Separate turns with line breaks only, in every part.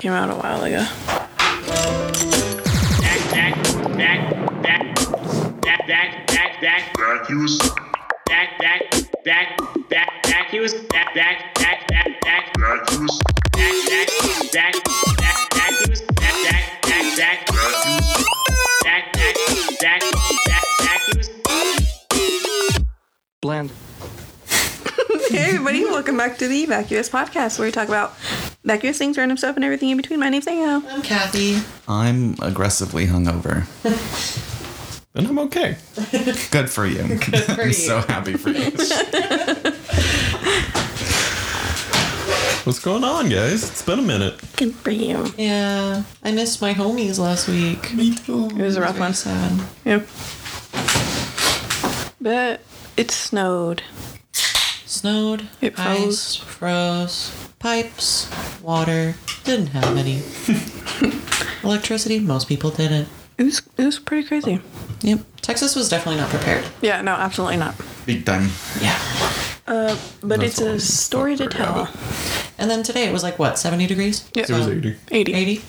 Came out a while ago.
Vacuous. Vacuous. Vacuous.
Bland.
Hey everybody, welcome back to the Vacuous Podcast where we talk about vacuous things, random stuff, and everything in between. My name's Ayo.
I'm Kathy.
I'm aggressively hungover.
And I'm okay.
Good for you.
for
I'm
you.
so happy for you.
What's going on, guys? It's been a minute.
Good for you.
Yeah, I missed my homies last week. Me too. It
was a rough one.
Sad.
Yep. But it snowed.
Snowed.
It
Ice, froze. Pipes. Water. Didn't have any. Electricity. Most people didn't.
It was it was pretty crazy.
Yep. Texas was definitely not prepared.
Yeah, no, absolutely not.
Big time.
Yeah.
But
That's
it's a
fine.
story to
Fuck her,
tell.
And then today it was like what, 70 degrees?
Yeah.
It was 80.
80.
80.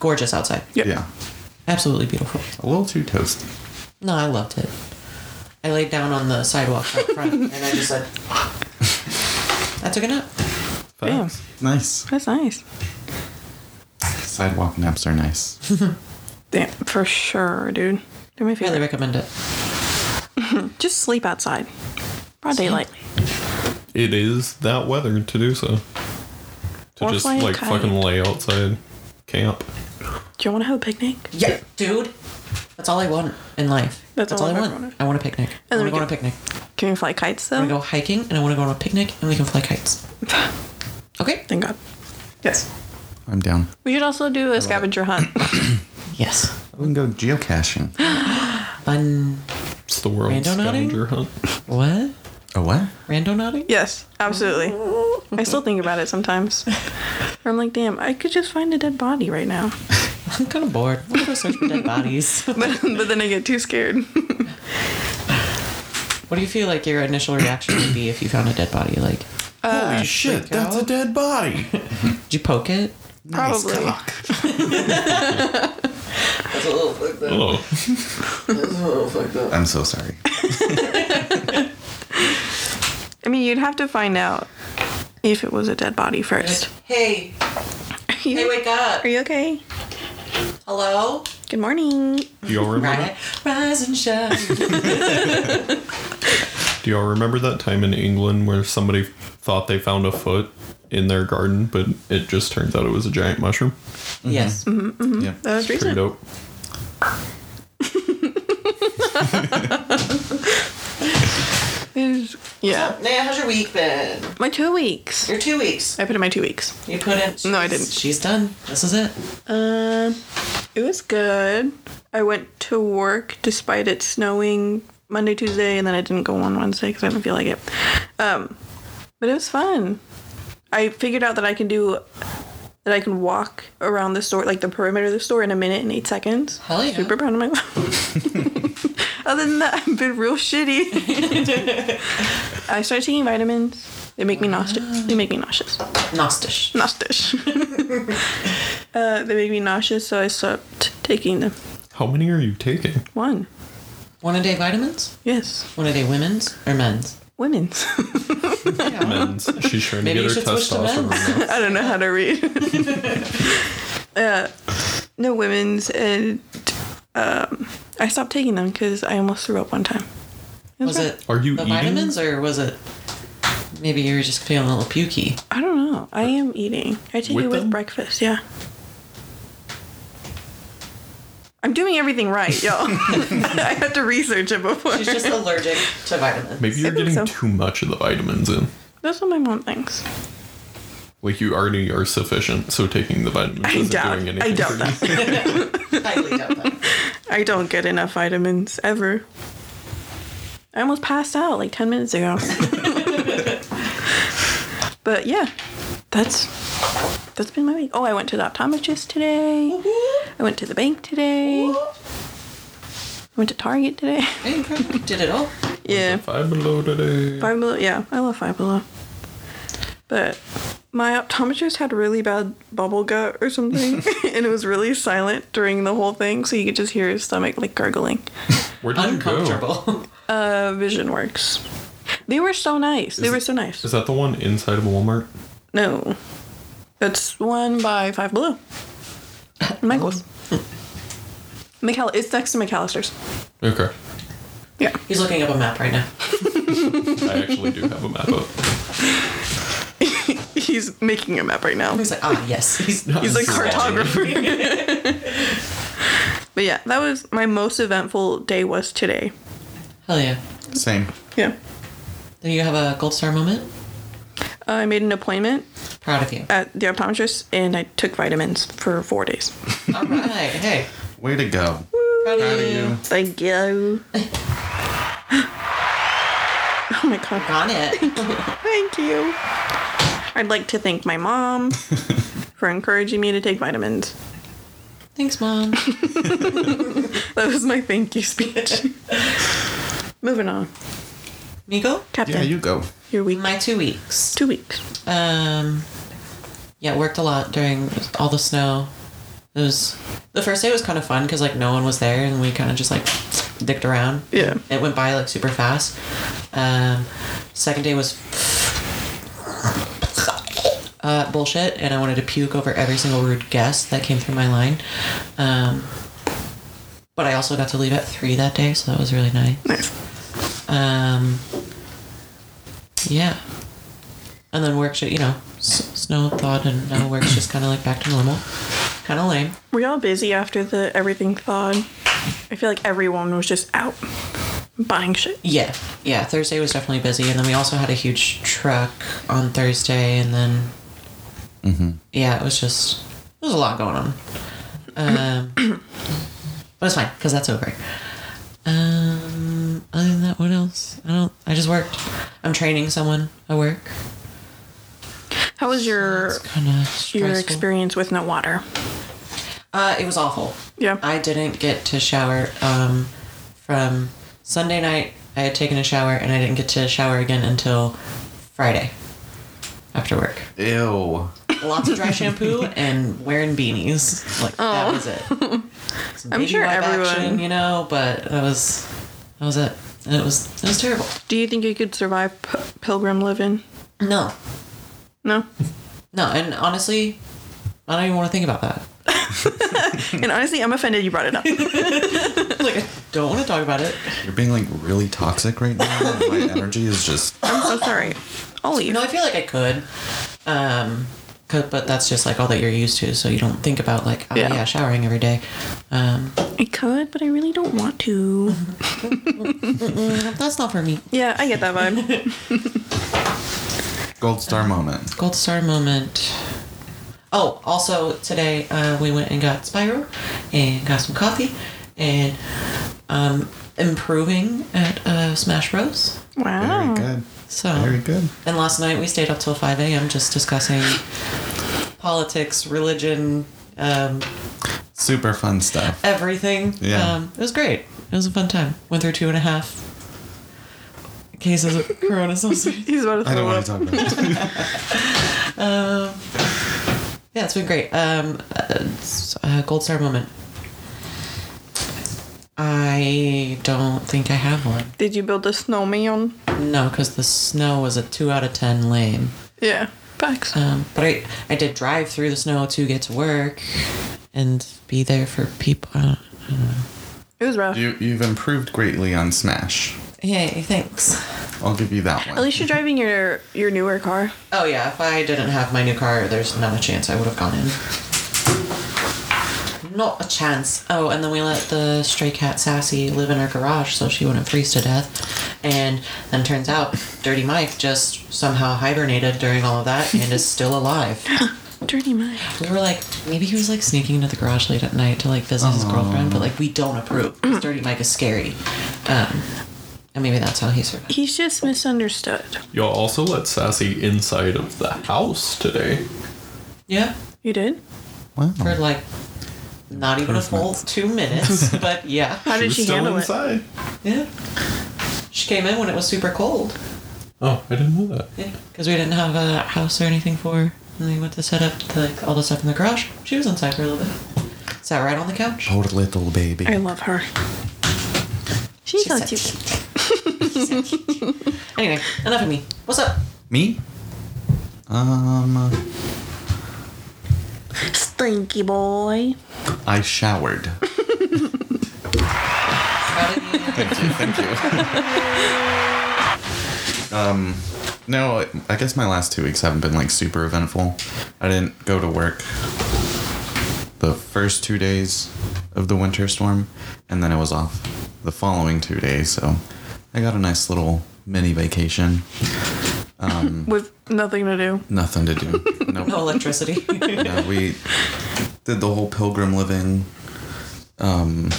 Gorgeous outside.
Yep.
Yeah.
Absolutely beautiful.
A little too toasty.
No, I loved it. I laid down on the sidewalk out front and I just said, I took a nap.
Damn.
Facts.
Nice.
That's nice.
Sidewalk naps are nice.
Damn, for sure, dude. Do me a
Highly
favor.
recommend it.
Just sleep outside. Broad daylight.
It is that weather to do so. To
Or
just
fly a
like
kite.
fucking lay outside, camp.
Do you want to have a picnic?
Yeah, dude. That's all I want in life.
That's
That's,
all
all, I
I've
want.
ever wanted.
I want a picnic.
And
I
then
want
we
to go on a
can-
picnic.
Can we fly kites
I
though?
want to go hiking, and I want to go on a picnic, and we can fly kites. Okay.
Thank God. Yes.
I'm down.
We should also do a scavenger hunt.
Yes.
We can go geocaching.
Fun.
It's the world's
Rando nodding?
scavenger hunt.
What?
A what?
Rando nodding?
yes, absolutely. I still think about it sometimes. Where I'm like, damn, I could just find a dead body right now.
I'm kind of bored. I'm gonna go search for dead bodies.
But, but then I get too scared.
What do you feel like your initial reaction would be if you found a dead body? Like,
Holy shit,
that's a
dead body.
did you poke it?
Probably.
Oh,
I'm so sorry.
I mean, you'd have to find out if it was a dead body first.
Hey,
Are you,
hey, wake up!
Are you okay?
Hello.
Good morning.
do y'all remember?
Right. Rise and shine.
Do y'all remember that time in England where somebody thought they found a foot in their garden, but it just turns out it was a giant mushroom?
Yes.
Mm-hmm.
Yep.
That was
Pretty
recent.
dope.
It was- Yeah.
Naya, how's your week been?
My two weeks.
Your two weeks.
I put in my two weeks.
You put in.
No, I didn't.
She's done. This is it.
Um, it was good. I went to work despite it snowing Monday, Tuesday, and then I didn't go on Wednesday because I didn't feel like it. Um, but it was fun. I figured out that I can do that. I can walk around the store, like the perimeter of the store, in a minute and eight seconds.
Hell yeah.
Super proud of myself. Other than that, I've been real shitty. I started taking vitamins. They make me nauseous. They make me nauseous
Nostish.
nauseous. uh, they made me nauseous, so I stopped taking them.
How many are you taking?
One,
One a day vitamins?
yes,
One a day women's or men's?
women's. Oh.
Men's. She's trying
Maybe
to
you
get her
should switch to
testosterone. up.
I don't know how to read. uh, no, women's, and um, I stopped taking them because I almost threw up one time.
Was it
Are you
the
eating?
vitamins or was it maybe you were just feeling a little pukey?
I don't know. I am eating. I take
With
it with
them?
breakfast. Yeah. I'm doing everything right, y'all. I had to research it before.
She's just allergic to vitamins.
Maybe you're
I think so.
getting too much of the vitamins in.
That's what my mom thinks.
Like you already are sufficient, so taking the vitamins
I
isn't
doubt.
doing
I
anything.
doubt
for
that.
you.
Highly doubt that.
I don't get enough vitamins ever. I almost passed out like 10 minutes ago. but yeah, that's that's been my week. Oh, I went to the optometrist today. I went to the bank today. I went to Target today.
Hey, you probably did it all.
Yeah.
Five below today.
Five Below. Yeah, I love Five Below. But my optometrist had really bad bubble gut or something, and it was really silent during the whole thing, so you could just hear his stomach like gurgling.
Where did you go?
Uncomfortable.
Uh, Vision Works. They were so nice. They were so nice.
Is that the one inside of Walmart?
No, that's one by Five Below. Michaels. McAll. It's next to McAllister's.
Okay.
Yeah.
He's looking up a map right now.
I actually do have a map up.
He's making a map right now.
He's like, ah, yes. He's,
He's like
This is awesome.
cartographer. but yeah, that was my most eventful day was today.
hell yeah.
Same.
Yeah.
Do you have a gold star moment?
I made an appointment
Proud of you.
at the optometrist and I took vitamins for four days.
All right. Hey.
Way to go.
Proud
Proud
of
of
you.
you.
Thank you. oh my god.
On it.
Thank you. I'd like to thank my mom for encouraging me to take vitamins.
Thanks, mom.
That was my thank you speech. Moving on.
Migo.
Captain,
Yeah, you go.
your week.
My two weeks.
Two weeks.
Um, yeah, worked a lot during all the snow. It was the first day was kind of fun because like no one was there and we kind of just like dicked around.
Yeah.
it went by like super fast. Um, second day was uh, bullshit, and I wanted to puke over every single rude guest that came through my line. Um, but I also got to leave at three that day, so that was really nice.
Nice.
Um, yeah. And then work, ju- you know, s- snow thawed, and now work's just kind of like back to normal. Kind of lame.
Were y'all busy after the everything thawed? I feel like everyone was just out buying shit.
Yeah, yeah. Thursday was definitely busy, and then we also had a huge truck on Thursday, and then yeah, it was just there was a lot going on. Um, but it's fine because that's over. Um, other than that, what else? I don't. I just worked. I'm training someone at work.
How was your
Kind of
Er, your
stressful.
experience with no water?
Uh, it was awful.
Yeah.
I didn't get to shower um, from Sunday night. I had taken a shower and I didn't get to shower again until Friday after work.
Ew.
Lots of dry shampoo and wearing beanies. Like that was it. Some
Oh. I'm
baby
sure
wipe
everyone-
you know, but that was that was it. And It was it was terrible.
Do you think you could survive p- pilgrim living?
No,
No.
no, and honestly, I don't even want to think about that.
and honestly, I'm offended you brought it up.
Like, I don't want to talk about it.
You're being like really toxic right now. My energy is just.
I'm so sorry. I'll leave.
No, I feel like I could. Um, 'cause- but that's just like all that you're used to, so you don't think about like, oh yeah,
Yeah.
showering every day. Um,
I could, but I really don't want to.
that's not for me.
Yeah, I get that vibe.
Gold star moment.
Gold star moment. Oh, also today uh, we went and got Spyro and got some coffee and um, improving at uh, Smash Bros.
Wow.
Very good.
So
Very good.
And last night we stayed up till 5 a.m. just discussing politics, religion, um,
Super fun stuff.
everything.
Yeah.
Um, it was great. It was a fun time. Went through two and a half cases of corona sausage.
He's about to
I don't
throw
want
up.
to talk about it.
Yeah, it's been great. Um, uh, it's a gold star moment. I don't think I have one.
Did you build a snowman?
No, because the snow was a two out of ten lame.
Yeah. Facts.
Um, but I, I did drive through the snow to get to work and be there for people. Uh,
It was rough.
You, you've improved greatly on Smash.
yay, thanks.
I'll give you that one.
At least you're driving your your newer car.
Oh yeah, if I didn't have my new car, there's not a chance I would have gone in. Not a chance. Oh, and then we let the stray cat Sassy live in our garage so she wouldn't freeze to death. And then turns out Dirty Mike just somehow hibernated during all of that and is still alive.
Dirty Mike.
We were like, maybe he was like sneaking into the garage late at night to like visit his girlfriend, but like we don't approve 'cause Dirty Mike is scary. Um, and maybe that's how he survived.
He's just misunderstood.
Y'all also let Sassy inside of the house today.
Yeah.
You did?
for
wow.
like not even a full two minutes, but yeah.
How did
was
she
still
handle it?
inside.
Yeah. She came in when it was super cold.
Oh, I didn't know that.
Yeah. Because we didn't have a house or anything for her. And we went to set up the, like all the stuff in the garage. She was inside for a little bit. Sat right on the couch.
Poor little baby.
I love her. She's,
She's
so
so
cute.
Anyway, enough of me. What's up?
Me? Um,
Stinky boy.
I showered.
How did you-
Thank you. Thank you. um, no, I- I guess my last two weeks haven't been like super eventful. I didn't go to work the first two days of the winter storm, and then I was off the following two days. So I got a nice little mini vacation. Hmm.
With nothing to do.
Nothing to do. Nope.
no electricity.
Yeah, we did the whole pilgrim living. Um,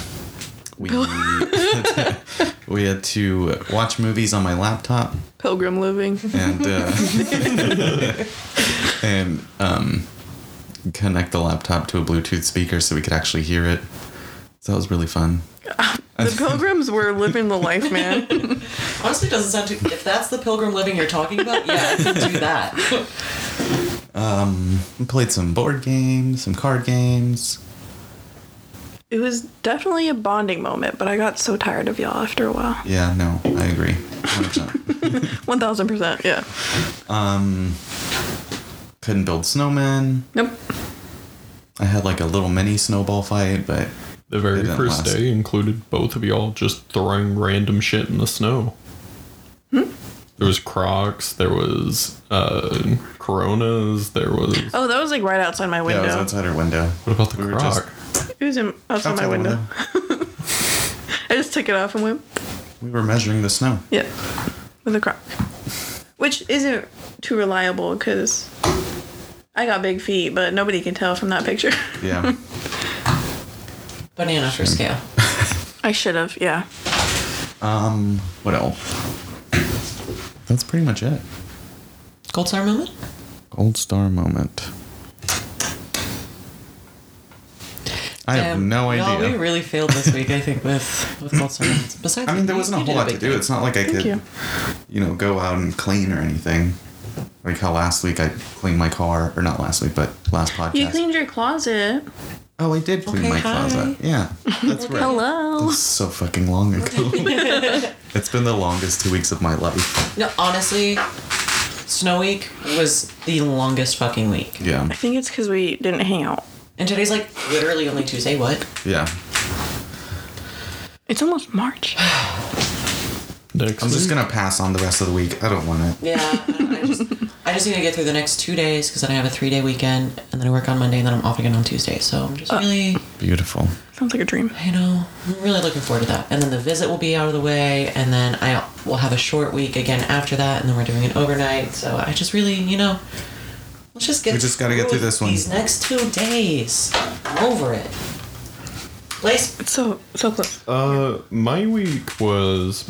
we we had to watch movies on my laptop
Pilgrim living.
and uh, and um, connect the laptop to a Bluetooth speaker so we could actually hear it. So that was really fun.
The pilgrims were living the life, man.
Honestly, it doesn't sound too. If that's the pilgrim living you're talking about, yeah, I could do that.
We played some board games, some card games.
It was definitely a bonding moment, but I got so tired of y'all after a while.
Yeah, no, I agree. 100%.
1000%. Yeah.
Couldn't build snowmen.
Nope.
I had like a little mini snowball fight, but
The very
didn't
first
last.
day included both of y'all just throwing random shit in the snow.
Hmm?
There was Crocs, there was uh, Coronas, there was.
Oh, that was like right outside my
yeah,
window.
it was outside her window.
What about the
we were
Croc?
just-
It was in, outside,
Outside
my
the
window. I just took it off and went,
We were measuring the snow.
yeah, with a crock. Which isn't too reliable because I got big feet, but nobody can tell from that picture.
Yeah.
Banana for scale.
I should have, yeah.
what else? That's pretty much it.
Gold star moment.
Gold star moment. I have
Um,
no
y'all,
idea.
we really failed this week, I think, with with gold star moments. Besides,
I mean, there
you-
wasn't
you
a
did
whole lot to
big
do.
thing.
It's not like I
Thank
could, you.
you.
know, go out and clean or anything. Like how last week I cleaned my car, or not last week, but last podcast.
You cleaned your closet.
oh, I did clean
Okay,
my
hi.
closet. Yeah, that's right.
Hello.
It's so fucking long ago. it's been the longest two weeks of my life.
No, honestly, snow week was the longest fucking week.
Yeah,
I think it's because we didn't hang out.
And today's like literally only Tuesday. What?
yeah.
It's almost March.
Next,
I'm just gonna pass on the rest of the week. I don't want it.
Yeah, I, I just I just need to get through the next two days because then I have a three day weekend and then I work on Monday and then I'm off again on Tuesday. So I'm just really,
Beautiful.
Sounds like a dream.
you know, I'm really looking forward to that. And then the visit will be out of the way and then I will have a short week again after that and then we're doing an overnight. So I just really, you know, let's just get.
We just gotta get through
with
this one.
These next two days, I'm over it. Place.
It's so, so close.
Oh.
Uh, my week was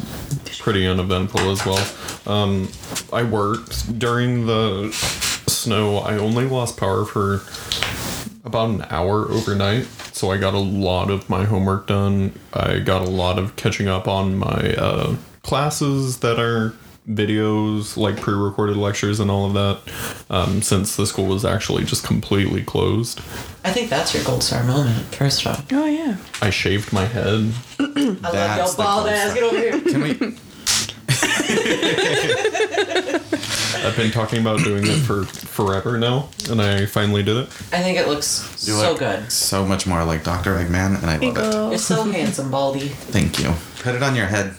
pretty uneventful as well. Um, I worked during the snow. I only lost power for about an hour overnight, so I got a lot of my homework done. I got a lot of catching up on my uh, classes that are videos, like pre-recorded lectures and all of that, um, since the school was actually just completely closed.
I think that's your gold star moment. First off,
Oh, yeah.
I shaved my head.
I
That's
love
the
your bald ass.
gold star.
Get over here.
Can we?
I've been talking about doing it for forever now, and I finally did it.
I think it looks
You
so
look
good.
So much more like Dr. Eggman, and I love it.
You're so handsome, Baldy.
Thank you. Put it on your head.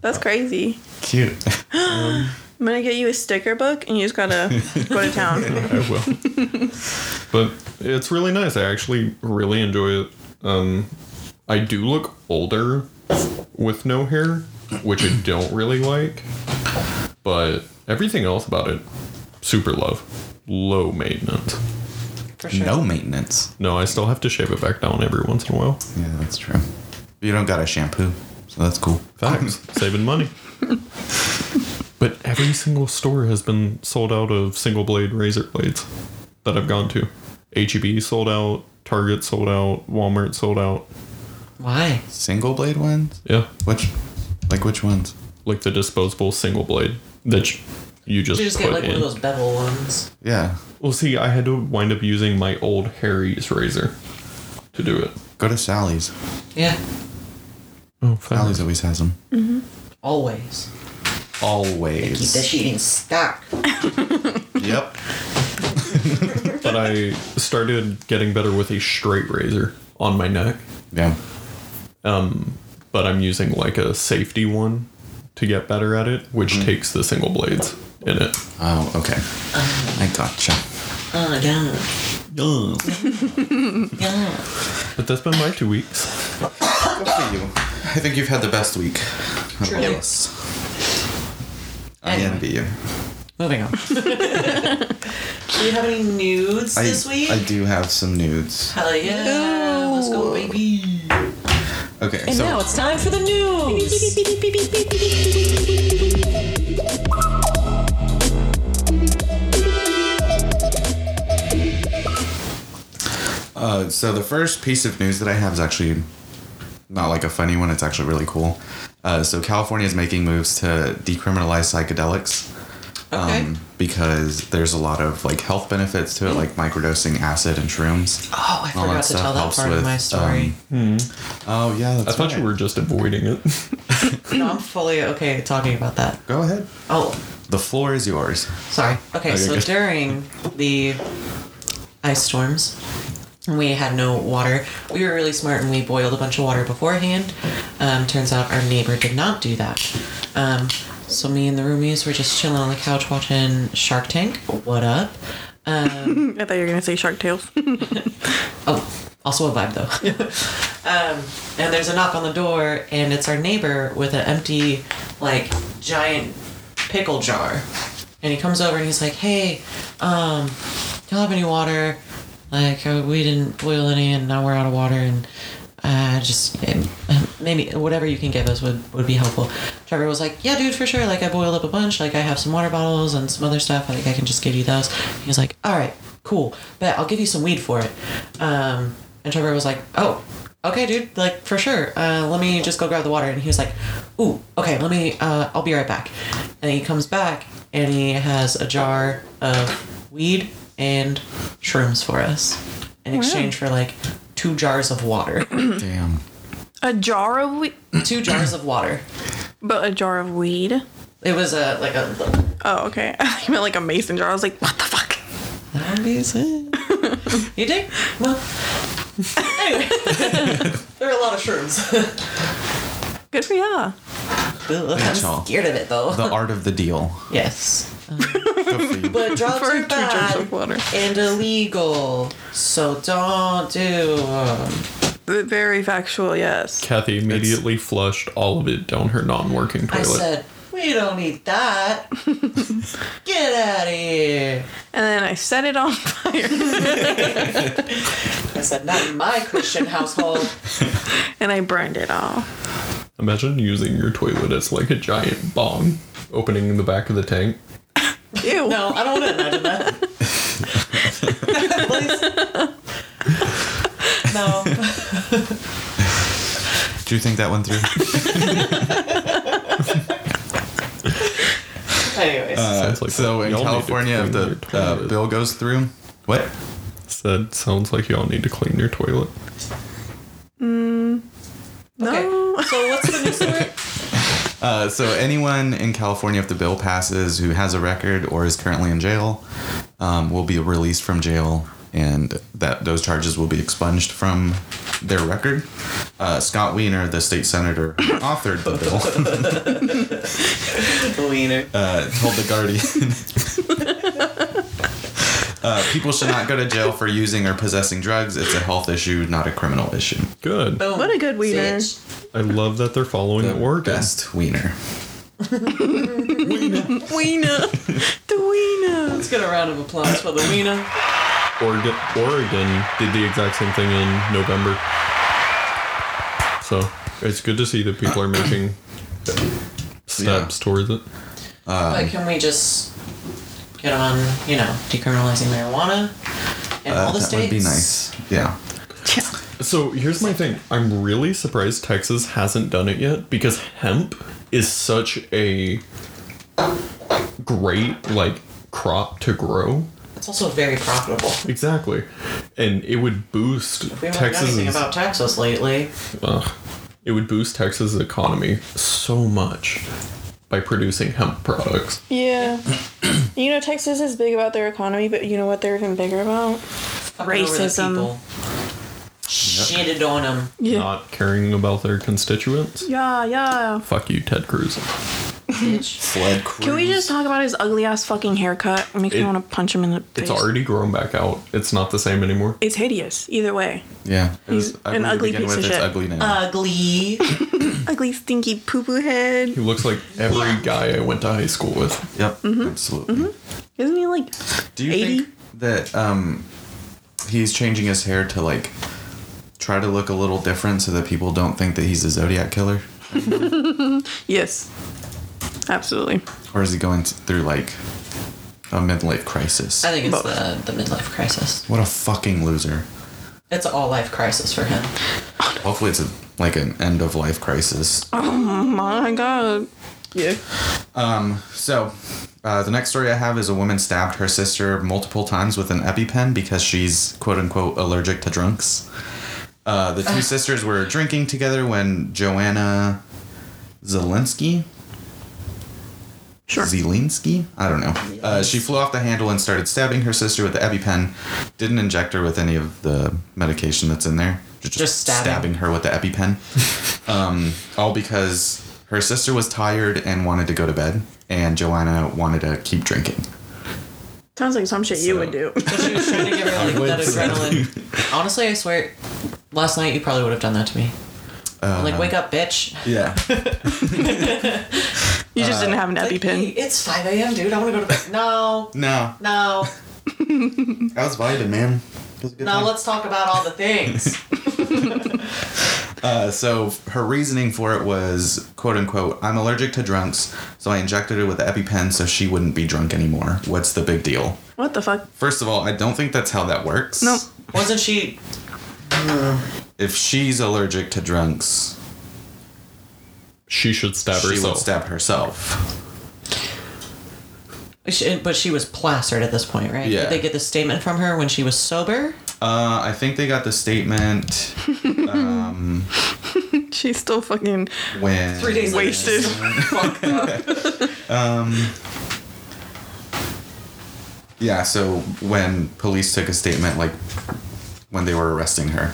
That's crazy.
Cute.
I'm gonna get you a sticker book and you just gotta go to town.
I will. but it's really nice. I actually really enjoy it. Um, I do look older with no hair, which I don't really like. But everything else about it, super love. Low maintenance.
For sure.
no maintenance.
No, I still have to shave it back down every once in a while.
Yeah, that's true. You don't got a shampoo, so that's cool.
Facts. Saving money. but every single store has been sold out of single blade razor blades that I've gone to. HEB sold out, Target sold out, Walmart sold out.
Why?
Single blade ones?
Yeah,
Which, like which ones?
like the disposable single blade that you you
You
just,
should just
put
get like one
in.
of those bevel ones.
Yeah.
Well, see, I had to wind up using my old Harry's razor to do it.
Go to Sally's.
Yeah.
Oh, thanks.
Sally's always has them.
Always. Keep that
Always.
shit in stock.
Yep.
But I started getting better with a straight razor on my neck.
Yeah.
But I'm using like a safety one to get better at it, which
Hmm.
takes the single blades in it.
Oh, okay. I gotcha.
Oh my god. Yeah.
But that's been my two weeks.
Good for you. I think you've had the best week. of
Truly.
all of us. I
Anyway.
envy you.
Moving on. Do you have any nudes
I,
this week?
I do have some nudes.
Hell yeah. Let's go, baby.
Okay,
And
so
now it's time for the news.
Uh, so the first piece of news that I have is actually not like a funny one. It's actually really cool. Uh, so California is making moves to decriminalize psychedelics um,
Okay. Mm-hmm.
because there's a lot of like health benefits to it, like microdosing acid and shrooms.
oh, I
all
forgot to
stuff
tell that
helps
part of
with,
my story.
um, Oh yeah, that's
I thought you
right.
were just avoiding it.
no, I'm fully okay talking about that.
Go ahead.
Oh,
The floor is yours.
sorry. Okay,
Okay,
so
good.
during the ice storms, we had no water. We were really smart and we boiled a bunch of water beforehand. Um, turns out our neighbor did not do that. Um, so me and the roomies were just chilling on the couch watching Shark Tank. What up?
I thought you were gonna say Shark Tales.
Oh, also a vibe though. um, and there's a knock on the door, and it's our neighbor with an empty, like, giant pickle jar. And he comes over and he's like, "Hey, um, y'all have any water? Like, uh, we didn't boil any, and now we're out of water, and." Uh, just um, maybe whatever you can give us would, would be helpful. Trevor was like, "Yeah, dude, for sure. Like, I boiled up a bunch. Like, I have some water bottles and some other stuff. Like, I can just give you those." He was like, "All right, cool. Bet I'll give you some weed for it." Um, and Trevor was like, "Oh, okay, dude. Like, for sure. Uh, let me just go grab the water." And he was like, "Ooh, okay. Let me. Uh, I'll be right back." And he comes back and he has a jar of weed and shrooms for us
Oh,
in exchange for like two jars of water.
Damn.
a jar of weed,
two jars of water.
but a jar of weed.
It was a like a.
Oh, okay. I meant like a mason jar. I was like, what the fuck?
Amazing. you dig? Well, anyway, there are a lot of shrooms.
Good for ya.
I'm
y'all.
scared of it though.
The art of the deal.
yes.
Good for you.
But drugs
For
are
two jars
bad
of water.
and illegal, so don't do 'em.
Very factual. Yes.
Kathy immediately flushed all of it down her non-working
I
toilet.
said, we don't need that. Get out of here.
And then I set it on fire
I said, not in my Christian household.
and I burned it all.
Imagine using your toilet as like a giant bong, opening the back of the tank.
Ew.
No, I don't want to imagine that. Please. No.
Do you think that went through?
Anyways.
Uh,
Sounds like
so
that.
in
Y'all need to
California, if
clean
the
your
uh,
toilet.
bill goes through, what?
Said, sounds like y'all need to clean your toilet.
No.
Okay. So what's the new story?
Uh, so anyone in California, if the bill passes, who has a record or is currently in jail, um, will be released from jail, and that those charges will be expunged from their record. Uh, Scott Weiner, the state senator, who authored the bill,
The wiener.
uh, told the Guardian. Uh, people should not go to jail for using or possessing drugs. It's a health issue, not a criminal issue.
Good.
Boom.
What a good wiener.
Bitch.
I love that they're following it work.
Best Wiener.
Weena. The Weena.
Let's get a round of applause for the wiener.
Oregon, Oregon did the exact same thing in November. So it's good to see that people are making steps towards it.
but can we just get on, you know, decriminalizing marijuana in
Uh,
all the
that
states?
would be nice. Yeah.
So here's my thing. I'm really surprised Texas hasn't done it yet because hemp is such a great like crop to grow.
It's also very profitable.
Exactly, and it would boost
We haven't heard
Texas's
anything about Texas lately.
Ugh. it would boost Texas's economy so much by producing hemp products.
Yeah. you know, Texas is big about their economy, but you know what they're even bigger about?
Fucking over the
Racism.
people. Shitted on them.
Yeah.
Not caring about their constituents.
Yeah, yeah.
Fuck you, Ted Cruz.
Bitch.
Fled Cruz.
Can we just talk about his ugly ass fucking haircut? It makes me
It-
want to punch him in the face.
It's already grown back out. It's not the same anymore.
It's hideous, either way.
Yeah. It
He's
was
an
ugly to
ugly
begin
piece
with.
of
It's
shit. Uh,
ugly now.
Ugly.
Mm.
Ugly, stinky poo poo head.
He looks like every guy I went to high school with.
yep.
mm-hmm.
Absolutely.
Isn't he like.
Do you
80?
think that um, he's changing his hair to like try to look a little different so that people don't think that he's a Zodiac killer?
Yes. Absolutely.
Or is he going t- through like a midlife crisis?
I think it's
Both.
the, the midlife crisis.
What a fucking loser.
It's all life crisis for him.
Hopefully, it's a, like an end of life crisis.
My god. Yeah.
So, uh, the next story I have is a woman stabbed her sister multiple times with an EpiPen because she's quote unquote allergic to drunks. Uh, the two sisters were drinking together when Joanna Zelensky.
Sure.
Zelensky? I don't know. Uh, she flew off the handle and started stabbing her sister with the EpiPen. Didn't inject her with any of the medication that's in there. Just,
Just stabbing.
her with the EpiPen. um, all because her sister was tired and wanted to go to bed, and Joanna wanted to keep drinking.
Sounds like some shit you would do.
So she was trying to get rid of like, that
would say.
adrenaline. Honestly, I swear, last night you probably would have done that to me.
Uh-huh.
like, wake up, bitch.
Yeah.
You just didn't have
uh,
an
Like,
EpiPen.
It's 5 a.m., dude. I want to go to bed. No,
no,
no,
I was vibing, man. It was a good
no.
time.
Let's talk about all the things.
Uh, so her reasoning for it was quote unquote i'm allergic to drunks so i injected her with the epipen so she wouldn't be drunk anymore what's the big deal
What the fuck?
first of all i don't think that's how that works
Nope.
Wasn't she?
if she's allergic to drunks
She should stab
she
herself.
would stab herself
she- But she was plastered at this point, right?
Yeah.
Did they get the statement from her when she was sober?
uh, i think they got the statement
She's still fucking.
when
Three days later.
Wasted.
Fuck up.
yeah so when police took a statement like when they were arresting her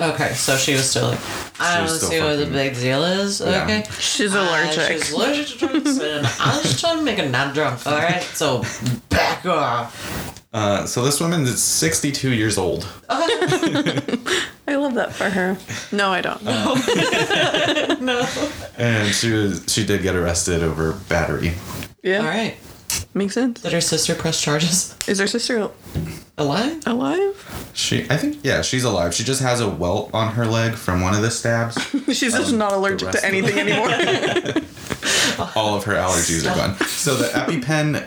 Okay, so she was still like, I
She
don't
was still
see what the
fucking-
big deal is.
Yeah.
Okay.
She's
Uh,
allergic.
she's allergic to drinks, and I was just trying to make a not drunk. All right, so back off.
uh, so this woman is 62 years old
I love that for her. No, I don't.
Uh,
No.
and she was she did get arrested over battery
yeah.
All right.
Makes sense.
Did her sister press charges?
Is her sister
Alive?
alive?
She, I think, yeah, she's alive. She just has a welt on her leg from one of the stabs.
She's just not allergic
Um, rest of
to anything anymore.
All of her allergies are gone. So the EpiPen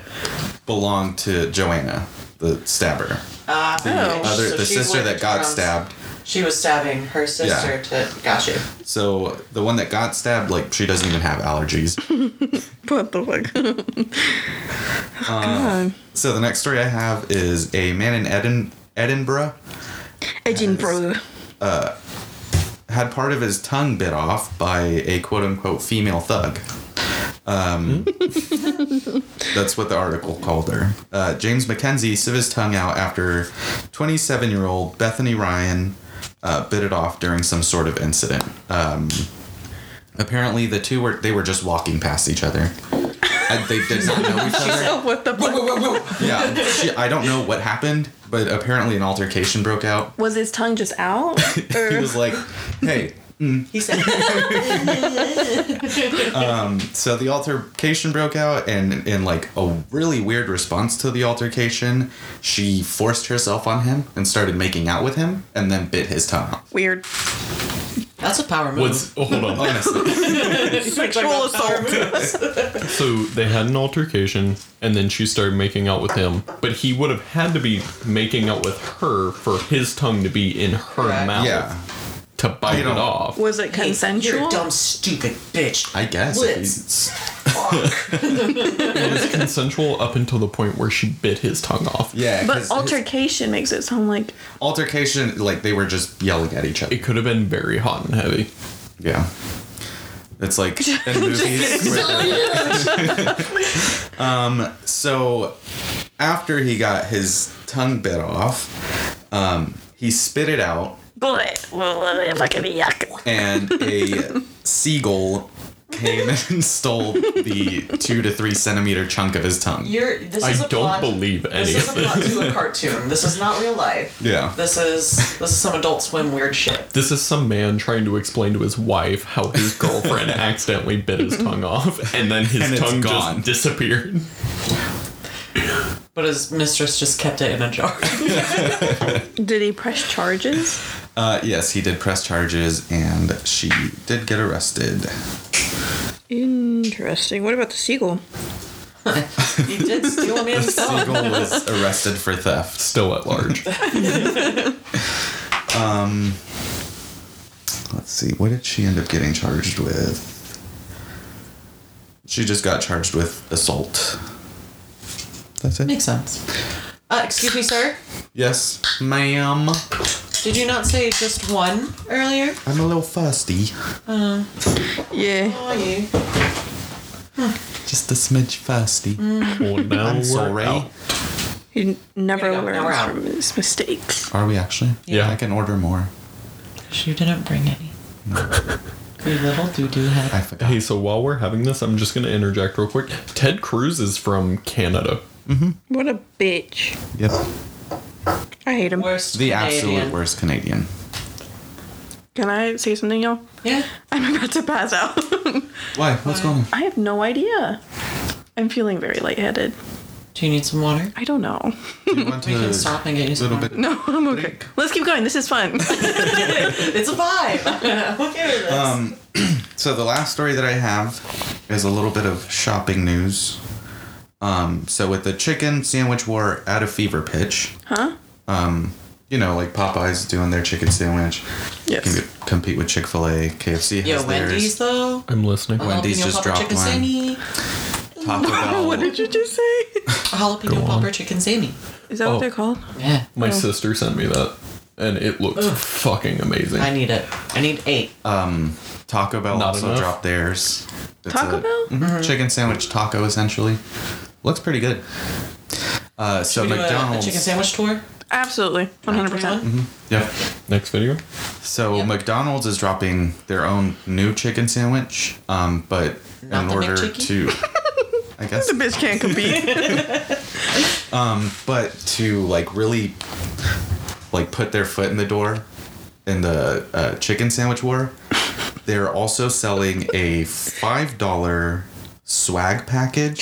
belonged to Joanna, the stabber.
Uh,
Oh.
Other,
so
the
she
sister
went
that got
around-
stabbed.
She was stabbing her sister to. Got you.
So the one that got stabbed, like, she doesn't even have allergies.
what the fuck? oh, God.
So the next story I have is a man in Edin- Edinburgh
Edinburgh.
had part of his tongue bit off by a quote unquote female thug. Um, that's what the article called her. Uh, James McKenzie siv his tongue out after 27 year old Bethany Ryan uh, bit it off during some sort of incident. Um, apparently, the two were they were just walking past each other. And they did not know each other.
Oh, what the fuck?
Yeah, she, I don't know what happened, but apparently an altercation broke out.
Was his tongue just out? Or-
He was like, "Hey,
He said,
Um, So the altercation broke out, and in like a really weird response to the altercation, she forced herself on him and started making out with him, and then bit his tongue out.
Weird.
"That's a power move."
What's oh, hold on?
Honestly,
Sexual assault.
So they had an altercation, and then she started making out with him. But he would have had to be making out with her for his tongue to be in her
Correct.
mouth
yeah,
to bite it
don't-
off.
Was it
Hey,
consensual?
You're a dumb, stupid bitch.
I guess. if
Blitz.
he's-
It was consensual up until the point where she bit his tongue off.
Yeah,
But
'cause his-
altercation makes it sound like
altercation, like they were just yelling at each other.
It could have been very hot and heavy.
Yeah. It's like in movies. where- um, so after he got his tongue bit off, um, he spit it out,
bullet.
uh,
Fucking yuck.
and a seagull came and stole the two to three centimeter chunk of his tongue.
You're. This
I
is a
don't
plot-
believe any
This
of
is a plot to a cartoon. This is not real life.
Yeah.
This is this is some Adult Swim weird shit.
This is some man trying to explain to his wife how his girlfriend accidentally bit his tongue off, and then his
And it's
tongue
gone.
just disappeared.
But his mistress just kept it in a jar.
Did he press charges?
Uh, yes, he did press charges, and she did get arrested.
Interesting. What about the seagull?
he did steal a man's tongue.
Seagull was arrested for theft.
Still at large.
Um, Let's see, what did she end up getting charged with? She just got charged with assault. That's it?
Makes sense. Uh, excuse me, sir.
Yes, ma'am.
Did you not say just one earlier?
I'm a little thirsty.
Yeah.
Are Oh, you?
Just a smidge thirsty.
well, now
I'm
we're
sorry.
out.
He never
Here we go. Now we're
learns
out.
from his mistakes.
Are we actually?
Yeah.
I can order more.
She didn't bring any. you little doo doo head.
I forgot.
Hey, so while we're having this, I'm just going to interject real quick. Ted Cruz is from Canada.
What a bitch.
Yep.
I hate him.
Worst.
The absolute
Canadian.
worst Canadian.
Can I say something, y'all?
Yeah.
I'm about to pass out.
Why? What's going on?
I have no idea. I'm feeling very lightheaded.
Do you need some water?
I don't know.
Do you want
We can stop and get you
a little
some.
bit?
No, I'm okay.
Drink.
Let's keep going. This is fun.
It's a vibe. I'm okay with this.
Um, So the last story that I have is a little bit of shopping news. Um, so with the chicken sandwich war at a fever pitch. Huh? Um, you know, like Popeyes doing their chicken sandwich. Can
yes.
be- compete with Chick Fil A, KFC has
Yo,
theirs.
Wendy's though.
I'm listening.
Wendy's
jalapeno
just
popper
dropped
chicken
one.
Sammy.
Taco Bell.
Oh, What did you just say?
Jalapeno popper chicken Sammy.
Is that
Oh.
what they're called?
Yeah.
My sister sent me that, and it looks fucking amazing.
I need it. I need eight.
Taco Bell
Not
also
enough.
dropped theirs. It's
Taco
a-
Bell? Mm-hmm.
Mhm, Chicken sandwich taco essentially. Looks pretty good. Uh, so
We do a-
McDonald's.
A chicken sandwich tour.
Absolutely. 100%.
Everyone?
Yep.
Next video?
So McDonald's is dropping their own new chicken sandwich, um, but
Not
in
the
order
McChicken?
to, I guess,
The bitch can't compete.
but to like really, like put their foot in the door, in the uh, chicken sandwich war, they're also selling a five dollar swag package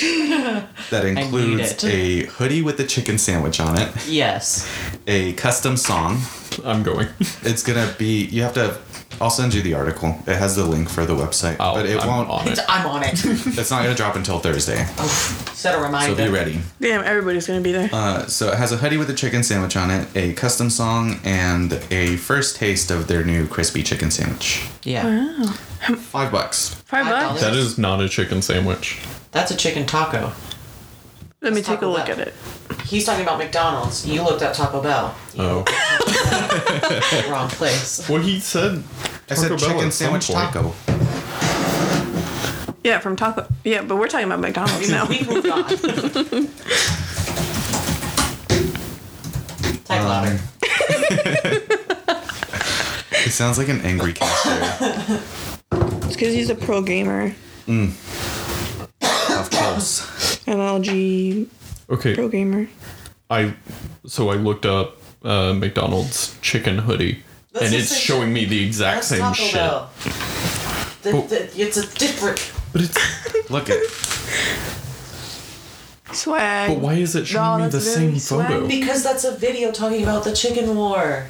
that includes
it.
a hoodie with a chicken sandwich on it,
Yes.
a custom song.
I'm going.
It's gonna be. You have to. I'll send you the article. It has the link for the website,
I'll-
but it
I'm
won't.
on it.
I'm on it.
It's not going to drop until Thursday,
Set a
so
reminder.
be ready.
Damn, everybody's going to be there.
Uh, so it has a hoodie with a chicken sandwich on it, a custom song, and a first taste of their new crispy chicken sandwich.
Yeah.
Five bucks.
Five
five
bucks?
dollars.
That is not a chicken sandwich.
That's a chicken taco.
Let me
Let's
take a
Taco
look
Bell.
at it.
He's talking about McDonald's. You looked at Taco Bell.
Oh.
Wrong place.
Well, he said.
I said
Taco Bell
chicken
at some
sandwich
point.
taco.
Yeah, from Taco. Yeah, but we're talking about McDonald's now.
We moved on. Type louder.
It sounds like an angry caster.
it's because he's a pro gamer.
of course.
An LG pro
Okay,
gamer.
I. So I looked up uh, McDonald's chicken hoodie,
That's
and
the
it's
same-
showing me the
That's
exact same
Taco
shit.
Bell. The, the, it's a different.
But it's.
Look at.
Swag.
But why is it showing
No,
me the
that's very
same photo?
swag.
Because that's a video talking about the chicken war.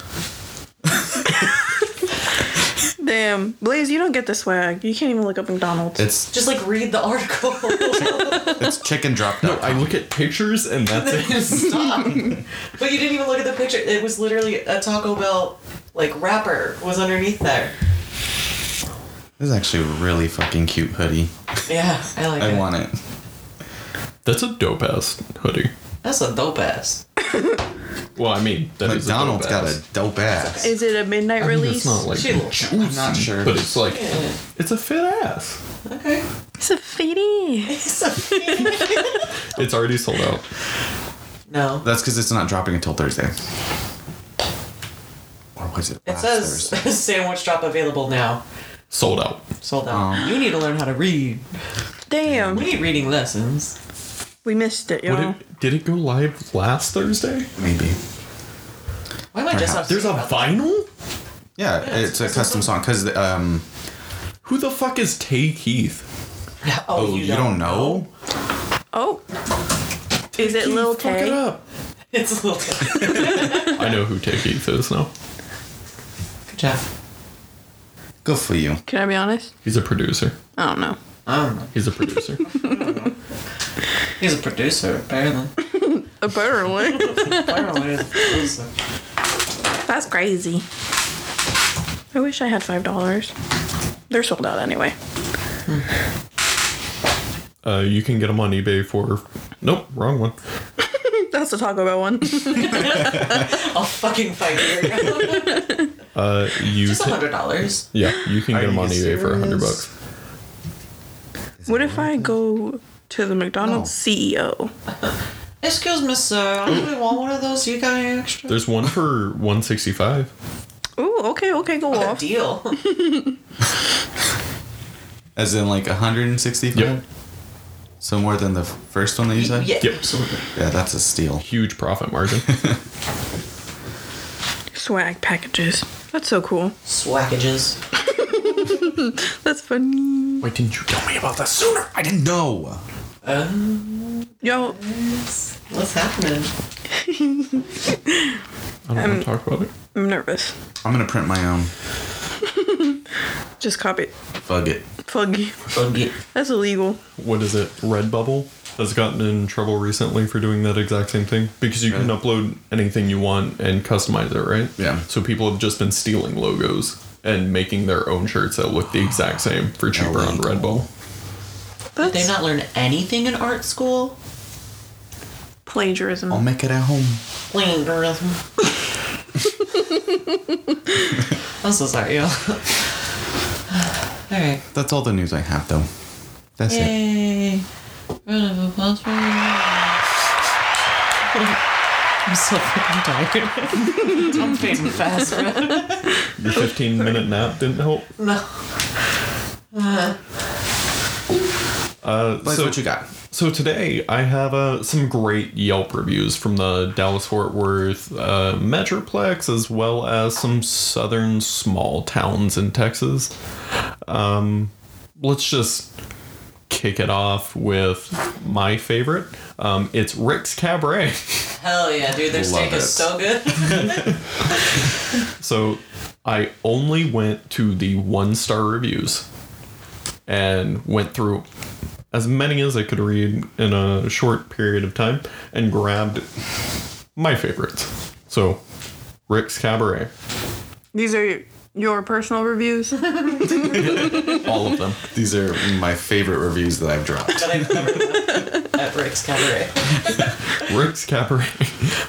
Damn. Blaze, you don't get the swag. You can't even look up McDonald's.
It's
Just like read the article.
it's chicken drop.
No, I look at pictures, and that's it.
Stop. but you didn't even look at the picture. It was literally a Taco Bell like wrapper was underneath there.
This is actually a really fucking cute hoodie.
Yeah, I like
I
it.
want it.
That's a dope ass hoodie.
That's a dope ass.
Well, I mean, that is
McDonald's
a dope
got
ass.
a dope ass.
Is it a midnight release?
It's not like,
She looks.
I'm not sure.
but it's like,
Yeah.
it's a fit ass.
Okay.
it's a fitty.
It's already sold out.
no.
That's because it's not dropping until Thursday. Or was it?
It
last
says
Thursday?
sandwich drop available now.
Sold out.
Sold out. You need to learn how to read. We
Damn,
need reading lessons.
we missed it,
What
y'all.
it, did it go live last Thursday?
maybe.
Why am I just upset
Perhaps.
There's a
about that?
vinyl?
Yeah, it's a custom song because um.
Who the fuck is Tay Keith?
Oh,
Oh, you, don't know?
Oh, is it Lil
Fuck it
Tay?
up.
It's a little.
I know who Tay Keith is now.
Good job.
Good for you.
Can I be honest?
He's a producer.
I don't know.
I don't know.
He's a producer.
Um, He's a producer, apparently.
Apparently,
apparently he's a producer.
that's crazy. I wish I had five dollars. They're sold out anyway.
uh, you can get him on eBay for. Nope, wrong one.
That's the Taco Bell one.
I'll fucking fight you.
Uh, you
Just a
can,
hundred dollars.
yeah, you can
Are
get him
you
on eBay for a hundred
serious?
bucks.
what if I go to the McDonald's E CEO?
Excuse me, sir. I really want one of those. You got any extra?
There's one for one sixty five.
Ooh, okay, okay, go
What a
off.
deal.
As in like 165.
Yep.
So more than the first one that you
yeah,
said.
Yep.
absolutely.
Yeah, that's a steal.
Huge profit margin.
Swag packages. That's so cool.
Swackages.
That's funny.
Why didn't you tell me about that sooner?
I didn't know.
Yo,
What's happening?
I don't
Um,
want to talk about it.
I'm nervous.
I'm gonna print my own.
Just copy it.
Fuck it.
Fuck you.
Buggy.
That's illegal.
What is it? Redbubble has gotten in trouble recently for doing that exact same thing because you can
Really?
upload anything you want and customize it, right?
Yeah.
So people have just been stealing logos and making their own shirts that look the exact same for cheaper on Redbubble.
That's
Did they not learn anything in art school?
plagiarism.
I'll
Oh,
make it at home.
Plagiarism. I'm so sorry, y'all. All right.
That's all the news I have though. That's it.
Yay! Round of applause for I'm so fucking tired. I'm fading fast. bro.
Your
Oh,
15 minute nap didn't help.
No.
Uh,
Blaze,
so,
what you got?
so today I have uh, some great Yelp reviews from the Dallas Fort Worth uh, Metroplex as well as some southern small towns in Texas. Um, let's just kick it off with my favorite. Um, it's Rick's Cabaret.
Hell yeah, dude. Their steak
Love
is
it.
so good.
So I only went to the one star reviews and went through as many as I could read in a short period of time and grabbed my favorites. So Rick's Cabaret,
These are your, your personal reviews.
all of them.
These are my favorite reviews that I've dropped.
That I've never done at Rick's Cabaret.
Rick's Cabaret.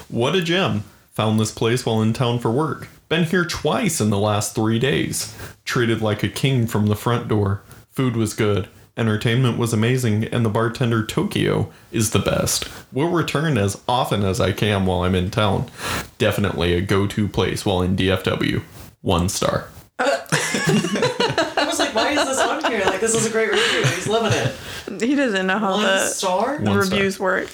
What a gem. Found this place while in town for work. Been here twice in the last three days. Treated like a king from the front door. Food was good. Entertainment was amazing, and the bartender Tokyo is the best. Will return as often as I can while I'm in town. Definitely a go to place while in DFW. One star.
I was like, why is this on here? Like, this is a great review. He's loving it.
he doesn't know how
One
the,
star?
the
One star.
reviews work.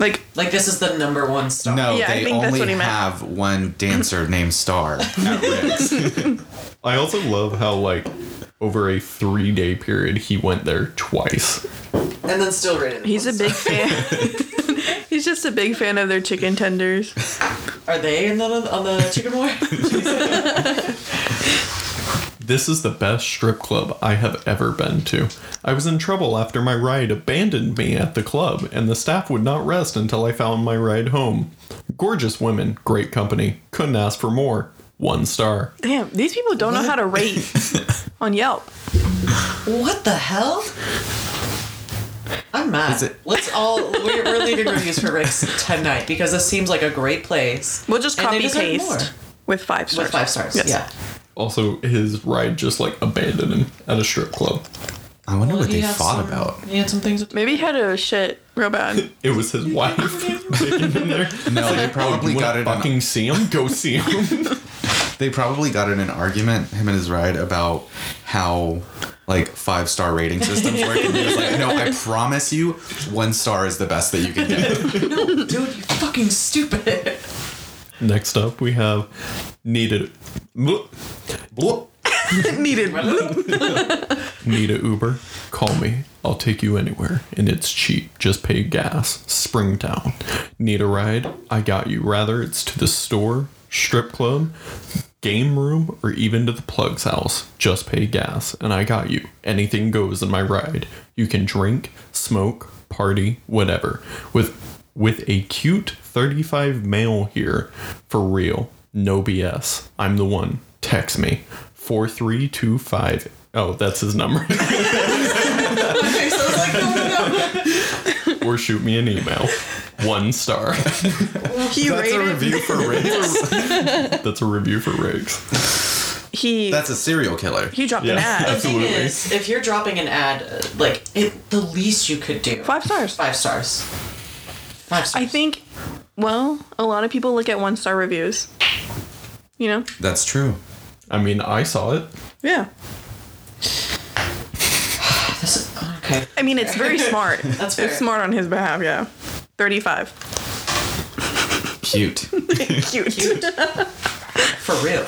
Like,
Like, this is the number one star.
No,
Yeah, I
they
think that's
only
what he meant.
have one dancer named Star. at Rick's.
I also love how, like, over a three day period, he went there twice.
And then still rated.
he's a
one
big fan. he's just a big fan of their chicken tenders.
star. Are they in the, on the chicken war?
This is the best strip club I have ever been to. I was in trouble after my ride abandoned me at the club, and the staff would not rest until I found my ride home. Gorgeous women, great company, couldn't ask for more. One star.
Damn, these people don't know how to rate on Yelp.
What the hell? I'm mad.
it-
Let's all we're, we're leaving reviews for Rick's tonight because this seems like a great place.
We'll just
And they
copy
deserve more.
paste with five stars.
with five stars.
Yes.
Yeah.
Also, his ride just like abandoned him at a strip club.
I wonder what
He
they
had
fought
some-
about.
He had some things. To
Maybe he had a shit real bad.
It was his wife taking him there.
No, they
Probably
probably got it. in-
fucking see him. Go see him.
they probably got in an argument him and his ride about how like five star rating systems work. And he was like, "No, I promise you, one star is the best that you can get."
dude, you fucking stupid.
Next up, we have needed. Bloop. Bloop.
Needed.
Need a Uber? Call me. I'll take you anywhere, and it's cheap. Just pay gas. Springtown. Need a ride? I got you. Rather, it's to the store, strip club, game room, or even to the plug's house. Just pay gas, and I got you. Anything goes in my ride. You can drink, smoke, party, whatever. With with a cute 35 male here. For real. No BS. I'm the one. Text me. 4325. Oh, that's his number.
Okay, so it's like, no,
or shoot me an email. One star.
He
That's a
rated.
review for Riggs.
That's a review for Riggs.
He
That's a serial killer.
he dropped an
Yeah.
ad.
no, no.
Absolutely.
Thing is, if you're dropping an ad, uh, like it, the least you could do.
Five stars.
Five stars. Five stars.
I think. Well, a lot of people look at one star reviews. You know.
That's true.
I mean, I saw it.
Yeah.
This- okay.
I mean, it's very smart.
That's fair.
it's smart on his behalf. Yeah. Thirty-five.
Cute.
Cute.
For real.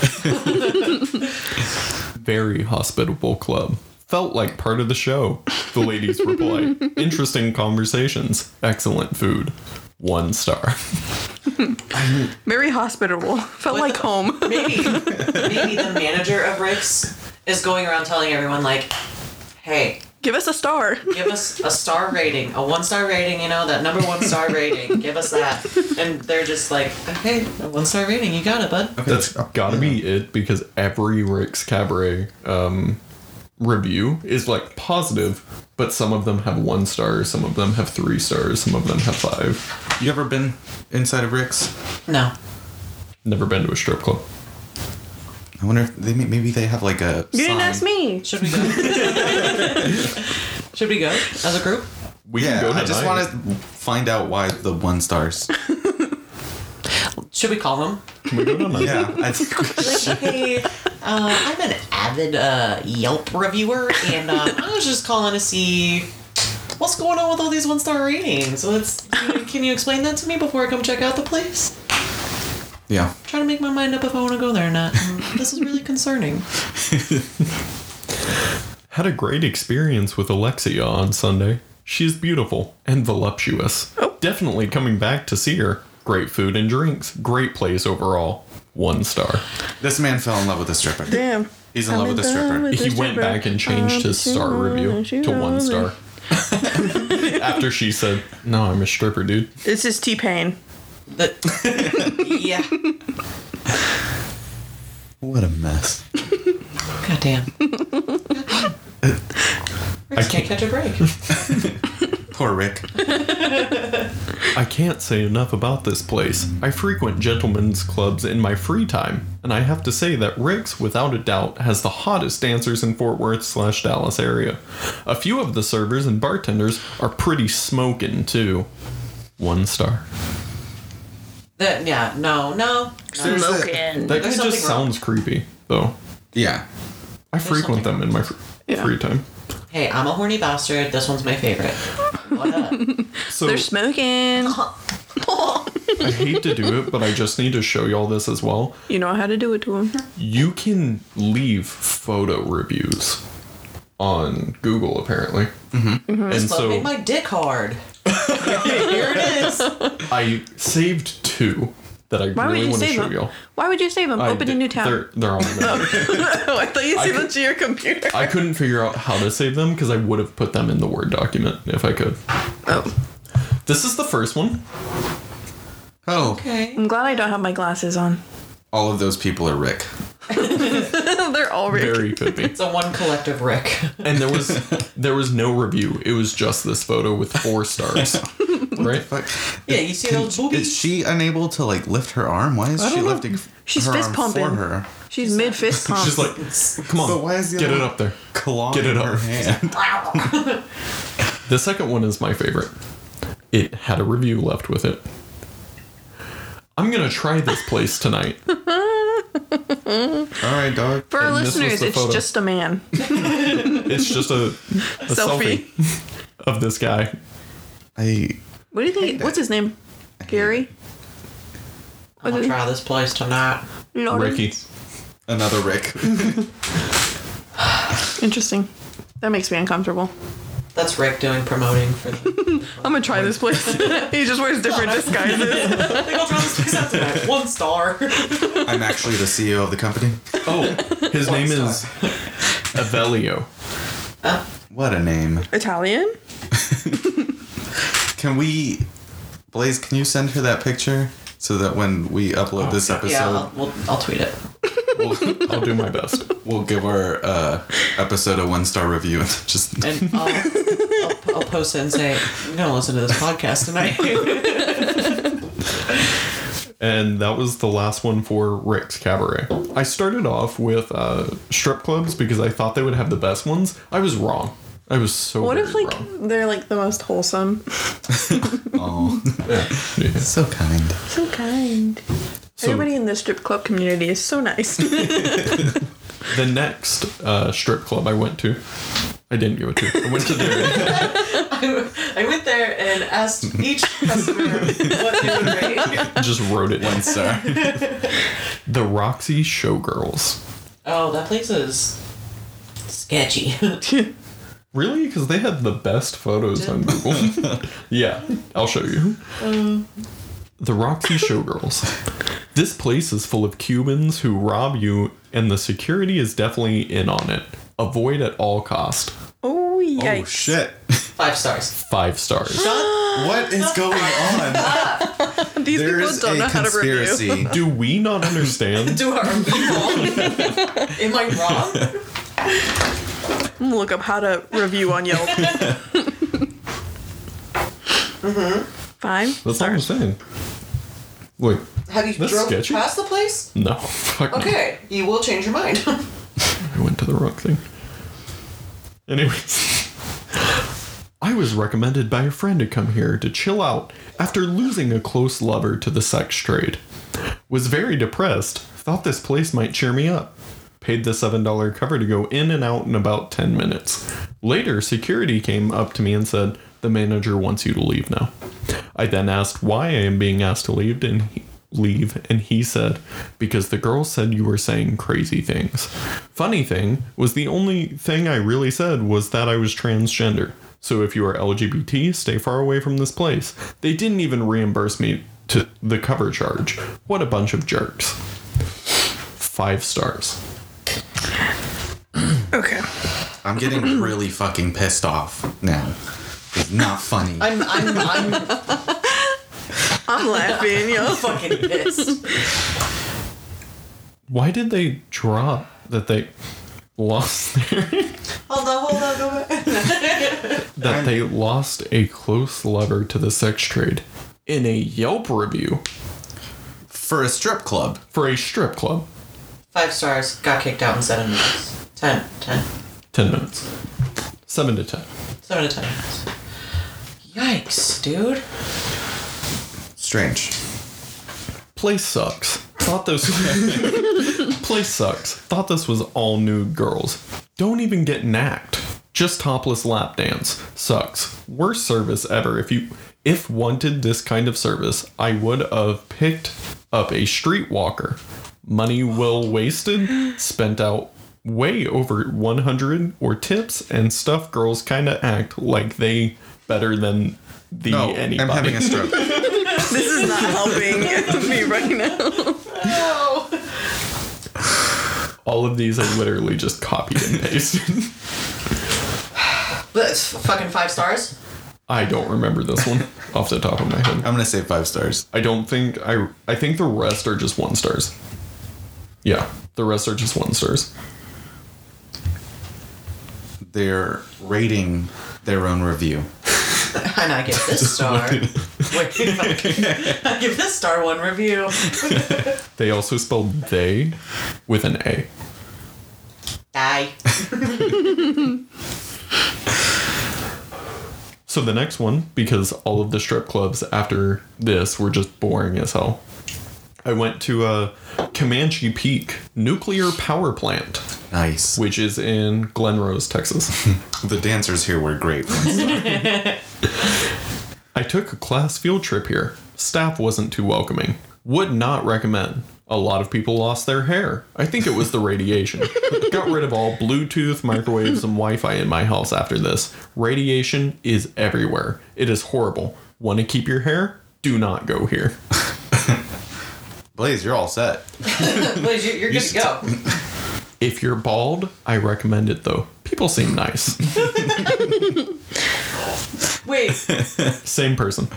Very hospitable club. Felt like part of the show. The ladies were polite. Interesting conversations. Excellent food. One star.
Very hospitable. Felt like home.
maybe maybe the manager of Rick's is going around telling everyone like, hey,
Give us a star.
give us a star rating, a one star rating, you know, that number one star rating, give us that. And they're just like, okay, a one star rating, you got it, bud.
That's gotta be it because every Rick's Cabaret um, review is like positive, but some of them have one star, some of them have three stars, some of them have five.
You ever been inside of Rick's?
No.
Never been to a strip club.
I wonder if they maybe they have like a.
You didn't
sign.
ask me.
Should we go? Should we go as a group?
We
Yeah,
can go
I just want
tonight.
to find out why the one stars.
Should we call him?
Can we go tonight?
yeah, I,
Hey, uh, I'm an avid uh, Yelp reviewer, and um, I was just calling to see what's going on with all these one star ratings. Let's, can, you, can you explain that to me before I come check out the place?
yeah.
I'm trying to make my mind up if I want to go there or not. Um, This is really concerning.
Had a great experience with Alexia on Sunday. She's beautiful and voluptuous. Definitely coming back to see her. Great food and drinks. Great place overall. One star.
This man fell in love with a stripper.
Damn.
He's in love with a stripper.
He went back and changed his star review to one star. After she said, No, I'm a stripper, dude.
It's just T Pain.
The, yeah.
What a mess.
God damn. Rick can't catch a break.
Poor Rick.
I can't say enough about this place. I frequent gentlemen's clubs in my free time, and I have to say that Rick's, without a doubt, has the hottest dancers in Fort Worth slash Dallas area. A few of the servers and bartenders are pretty smokin' too. One star.
That, yeah, no, no. no.
There's a-
That guy
There's
just
something wrong.
sounds creepy, though.
Yeah.
I frequent
something
them in my fr-
Yeah.
free time.
Hey, I'm a horny bastard. This one's my favorite. What up?
So
They're smoking.
I hate to do it, but I just need to show y'all this as well.
You know how to do it to him.
You can leave photo reviews on Google, apparently.
Mm-hmm.
Mm-hmm.
And
Fuck,
so
made my dick hard. Here it is.
I saved two that I
Why
really
would you
want to
save
show
them?
y'all.
Why would you save them?
I
Open a
did-
new tab.
They're, they're on there.
oh, I thought you saved them
could-
to your computer.
I couldn't figure out how to save them because I would have put them in the Word document if I could.
Oh,
This is the first one.
Oh,
Okay.
I'm glad I don't have my glasses on.
all of those people are Rick.
They're all Rick.
Very could be.
It's a one collective Rick.
And there was there was no review. It was just this photo with four stars. right?
Fuck.
Yeah, you see those
Is
boobies?
she unable to like lift her arm? Why is
I
she
don't know.
lifting
She's
her
fist
arm
pumping.
for her?
She's mid fist pump.
She's like, come on.
But why is the
get
other
it
one-
up there?
Clawing
Get it up.
her hand.
The second one is my favorite. It had a review left with it. I'm gonna try this place tonight.
All right, dog.
For our
and this was
listeners,
the
it's
photo.
just a man.
It's just a, a selfie.
Selfie.
of this guy.
I
What do you think? What's his name? Gary?
I'm gonna try this place tonight.
Lawrence?
Ricky.
another Rick.
Interesting. That makes me uncomfortable.
That's Rick doing promoting for the.
I'm gonna try this place. he just wears different disguises.
I think I'll try this place out tonight. One star.
I'm actually the CEO of the company.
Oh, his name is Avelio.
What a name.
Italian?
Can we, Blaze? Can you send her that picture so that when we
Oh,
upload this episode,
Yeah, I'll, we'll, I'll tweet it.
we'll,
I'll do my best.
we'll give our uh, episode a one star review and just
And I'll, I'll, I'll post it and say, I'm going to listen to this podcast tonight.
And that was the last one for Rick's Cabaret. I started off with uh, strip clubs because I thought they would have the best ones. I was wrong. I was so
What
very
if like
wrong.
they're like the most wholesome?
oh,
Yeah.
so kind.
So kind. Everybody in the strip club community is so nice.
The next uh, strip club I went to, I didn't go to. I went to Derry.
I went there and asked each customer what they would rate.
just wrote it down.
One star.
The Roxy Showgirls.
Oh, that place is sketchy.
Really? Because they had the best photos on Google. yeah, I'll show you.
Um.
The Roxy Showgirls. This place is full of Cubans who rob you, and the security is definitely in on it. Avoid at all cost.
oh yikes.
Oh shit!
Five stars.
Five stars.
What is going on?
These
There
people
is
don't know
a
how to review.
conspiracy.
Do we not understand?
Do our people. Am I wrong?
I'm gonna look up how to review on Yelp. Mm-hmm. Five?
That's all I'm saying. Wait,
Have you
That's
drove
sketchy.
past the place?
no. Fuck no.
Okay, you will change your mind.
I went to the wrong thing. Anyways, I was recommended by a friend to come here to chill out after losing a close lover to the sex trade. Was very depressed, thought this place might cheer me up. Paid the $7 cover to go in and out in about 10 minutes. Later, security came up to me and said, The manager wants you to leave now. I then asked why I am being asked to leave and he, leave and he said because the girl said you were saying crazy things. Funny thing was the only thing I really said was that I was transgender. So if you are LGBT, stay far away from this place. They didn't even reimburse me to the cover charge. What a bunch of jerks. 5 stars.
Okay.
I'm getting really fucking pissed off now. It's not funny.
I'm, I'm, I'm
I'm laughing, yo.
fucking pissed.
Why did they drop that they lost their
Hold on, hold on, go back.
that they lost a close lover to the sex trade in a Yelp review
For a strip club,
for a strip club.
Five stars, got kicked out in seven minutes. Ten, ten.
10 minutes. 7 to 10.
Seven to ten minutes. Yikes, dude.
strange.
Place sucks. Thought this Place sucks. Thought this was all nude girls. Don't even get knacked. Just topless lap dance. Sucks. Worst service ever. If you if wanted this kind of service, I would have picked up a streetwalker. Money well wasted, spent out way over 100 or tips and stuff girls kind of act like they better than the
No,
anybody.
Oh, I'm having a stroke.
This is not helping me right now.
All of these I literally just copied and pasted.
That's f- fucking five stars.
I don't remember this one off the top of my head.
I'm gonna say five stars.
I don't think I I think the rest are just one stars. Yeah. The rest are just one stars.
They're rating their own review.
And I give this star. Wait, I give this star one review.
They also spelled they with an A.
Die.
So the next one, because all of the strip clubs after this were just boring as hell. I went to uh, Comanche Peak nuclear power plant,
Nice.
which is in Glen Rose, Texas.
The dancers here were great.
I took a class field trip here. Staff wasn't too welcoming. Would not recommend. A lot of people lost their hair. I think it was the radiation. Got rid of all Bluetooth, microwaves, and Wi Fi in my house after this. Radiation is everywhere. It is horrible. Want to keep your hair? Do not go here.
Blaze, you're all set.
Blaze, you, you're good to go.
If you're bald, I recommend it though. People seem nice.
Wait,
Same person.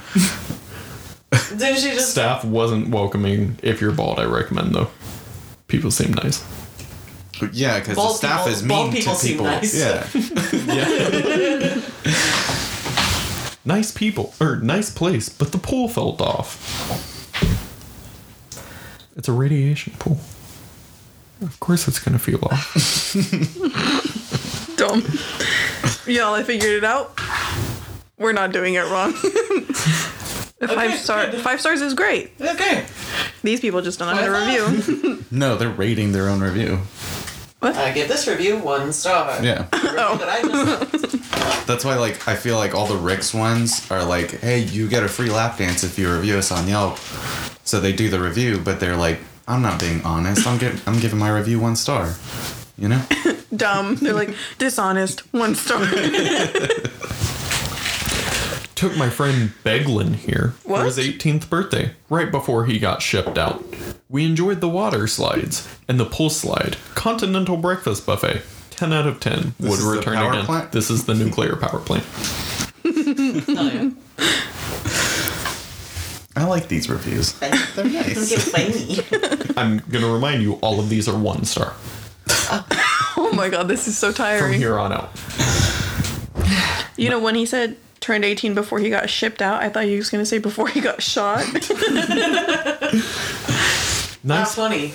didn't she just?
Staff wasn't welcoming. If you're bald, I recommend though. People seem nice.
Yeah, because the
Bald
staff
people-
is mean
bald
to
people
people.
seem nice.
Yeah.
Nice people, or nice place, but the pool felt off. It's a radiation pool. Of course, it's gonna feel off.
Dumb. Y'all, I figured it out. We're not doing it wrong. A five star five stars is great.
Okay.
These people just don't know how to
Five
review.
No, they're rating their own review.
I give this review one star.
Yeah.
The review that I just-
That's why, like, I feel like all the Rick's ones are like, hey, you get a free lap dance if you review us on Yelp. So they do the review, but they're like, I'm not being honest. I'm giving, I'm giving my review one star. You know?
Dumb. They're like dishonest. One star.
Took my friend Beglin here
What?
for his 18th birthday, right before he got shipped out. We enjoyed the water slides and the pool slide, continental breakfast buffet. 10 out of 10 would
is the
return
power
again.
plant?
This is the nuclear power plant.
Hell yeah.
I like these reviews. They're nice.
Get funny.
I'm gonna remind you, all of these are one star
Oh my god, this is so
from
tiring.
here on out.
You know when he said turned 18 before he got shipped out, I thought he was gonna say before he got shot.
That's
Nice,
funny.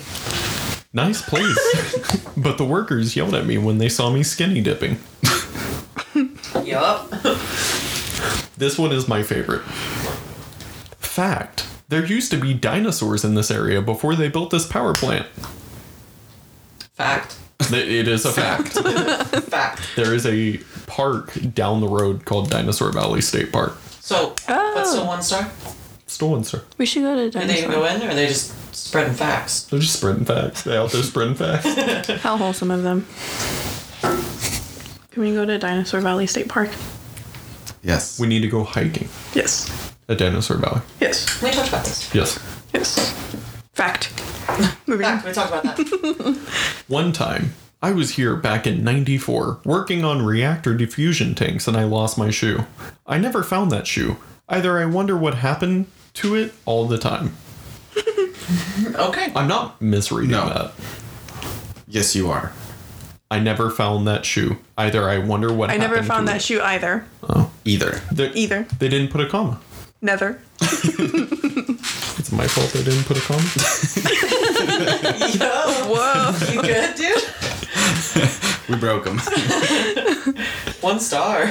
nice place. but the workers yelled at me when they saw me skinny dipping.
Yup.
This one is my favorite. Fact: There used to be dinosaurs in this area before they built this power plant.
Fact.
Th- It is a fact.
Fact.
There is a park down the road called Dinosaur Valley State Park.
So, what's the one star?
Still one star.
we should go to
Are they
dinosaur.
gonna go in, or are they just spreading facts?
They're just spreading facts. They out there spreading facts.
How wholesome of them. Can we go to Dinosaur Valley State Park?
Yes.
We need to go hiking
Yes.
at Dinosaur Valley.
Yes.
We talked about this.
Yes.
Yes. Fact. Moving on.
Fact. We talked about that.
One time, I was here back in 94 working on reactor diffusion tanks and I lost my shoe. I never found that shoe. Either I wonder what happened to it all the time.
Okay.
I'm not misreading
No.
that.
Yes, you are.
I never found that shoe. Either I wonder what
I
happened
never found
to
that
it.
shoe either.
Either.
They-
Either.
They didn't put a comma.
Neither.
It's my fault they didn't put a comma.
Yo,
Whoa.
you good, dude?
We broke them.
One star.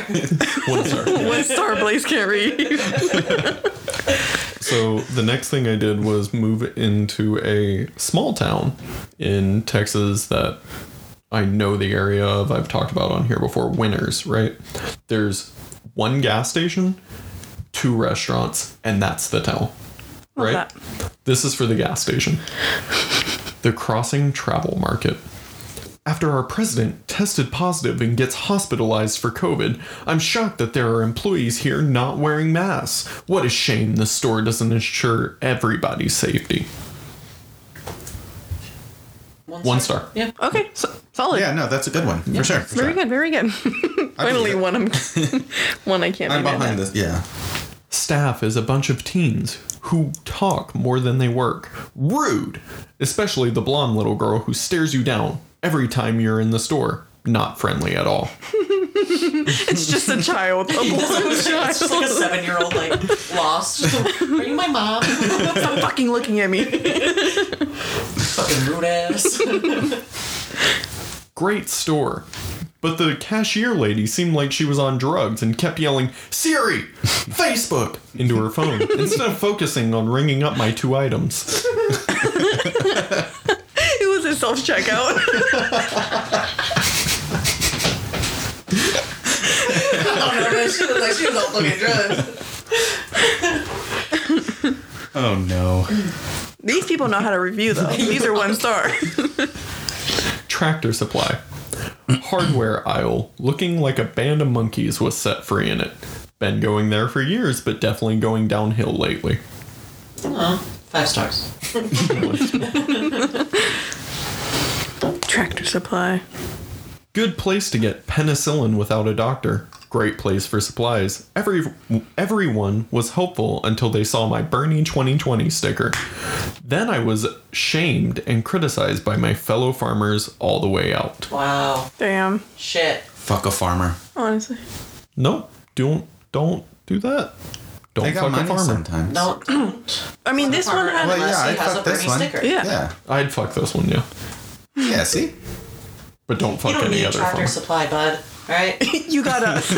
One star.
One star Blaze can't read.
So the next thing I did was move into a small town in Texas that I know the area of. I've talked about on here before. Winners, right? There's one gas station, two restaurants, and that's the town. Right?
that.
This is for the gas station. the Crossing Travel Market. After our president tested positive and gets hospitalized for COVID, I'm shocked that there are employees here not wearing masks. What a shame the store doesn't ensure everybody's safety. One star.
Yeah.
Okay. So, solid.
Yeah, no, that's a good one. For sure. For
Very
sure.
good. Very good. Finally,
it.
one I'm one I can't.
I'm
be mad
behind
at.
this. Yeah.
Staff is a bunch of teens who talk more than they work. Rude! Especially the blonde little girl who stares you down every time you're in the store. Not friendly at all.
It's just a child. A blonde
It's just like a
child.
seven year old, like, lost. Just like, Are you my mom?
Stop fucking looking at me.
Fucking rude ass.
Great store. But the cashier lady seemed like she was on drugs and kept yelling, Siri! Facebook! into her phone instead of focusing on ringing up my two items.
It was a self checkout.
I don't know, man. She was like, she was all fucking drugs.
Oh no.
These people know how to review though. These are one star.
Tractor supply. Hardware aisle, looking like a band of monkeys was set free in it. Been going there for years, but definitely going downhill lately.
Oh, five stars.
Tractor supply.
Good place to get penicillin without a doctor. Great place for supplies. Every everyone was helpful until they saw my Bernie 2020 sticker. Then I was shamed and criticized by my fellow farmers all the way out.
Wow.
Damn.
Shit.
Fuck a farmer.
Honestly.
No, don't don't do that. Don't
They got
fuck a
money
farmer.
sometimes.
No, don't.
I mean, this one had.
Well,
Unless
yeah,
he
I
has a
fucked this
Bernie
one.
sticker.
Yeah.
Yeah.
I'd fuck this one, yeah.
Yeah, see?
But don't
You
fuck
don't
any
need
other
tractor
farmer.
supply, bud. All right.
You got us.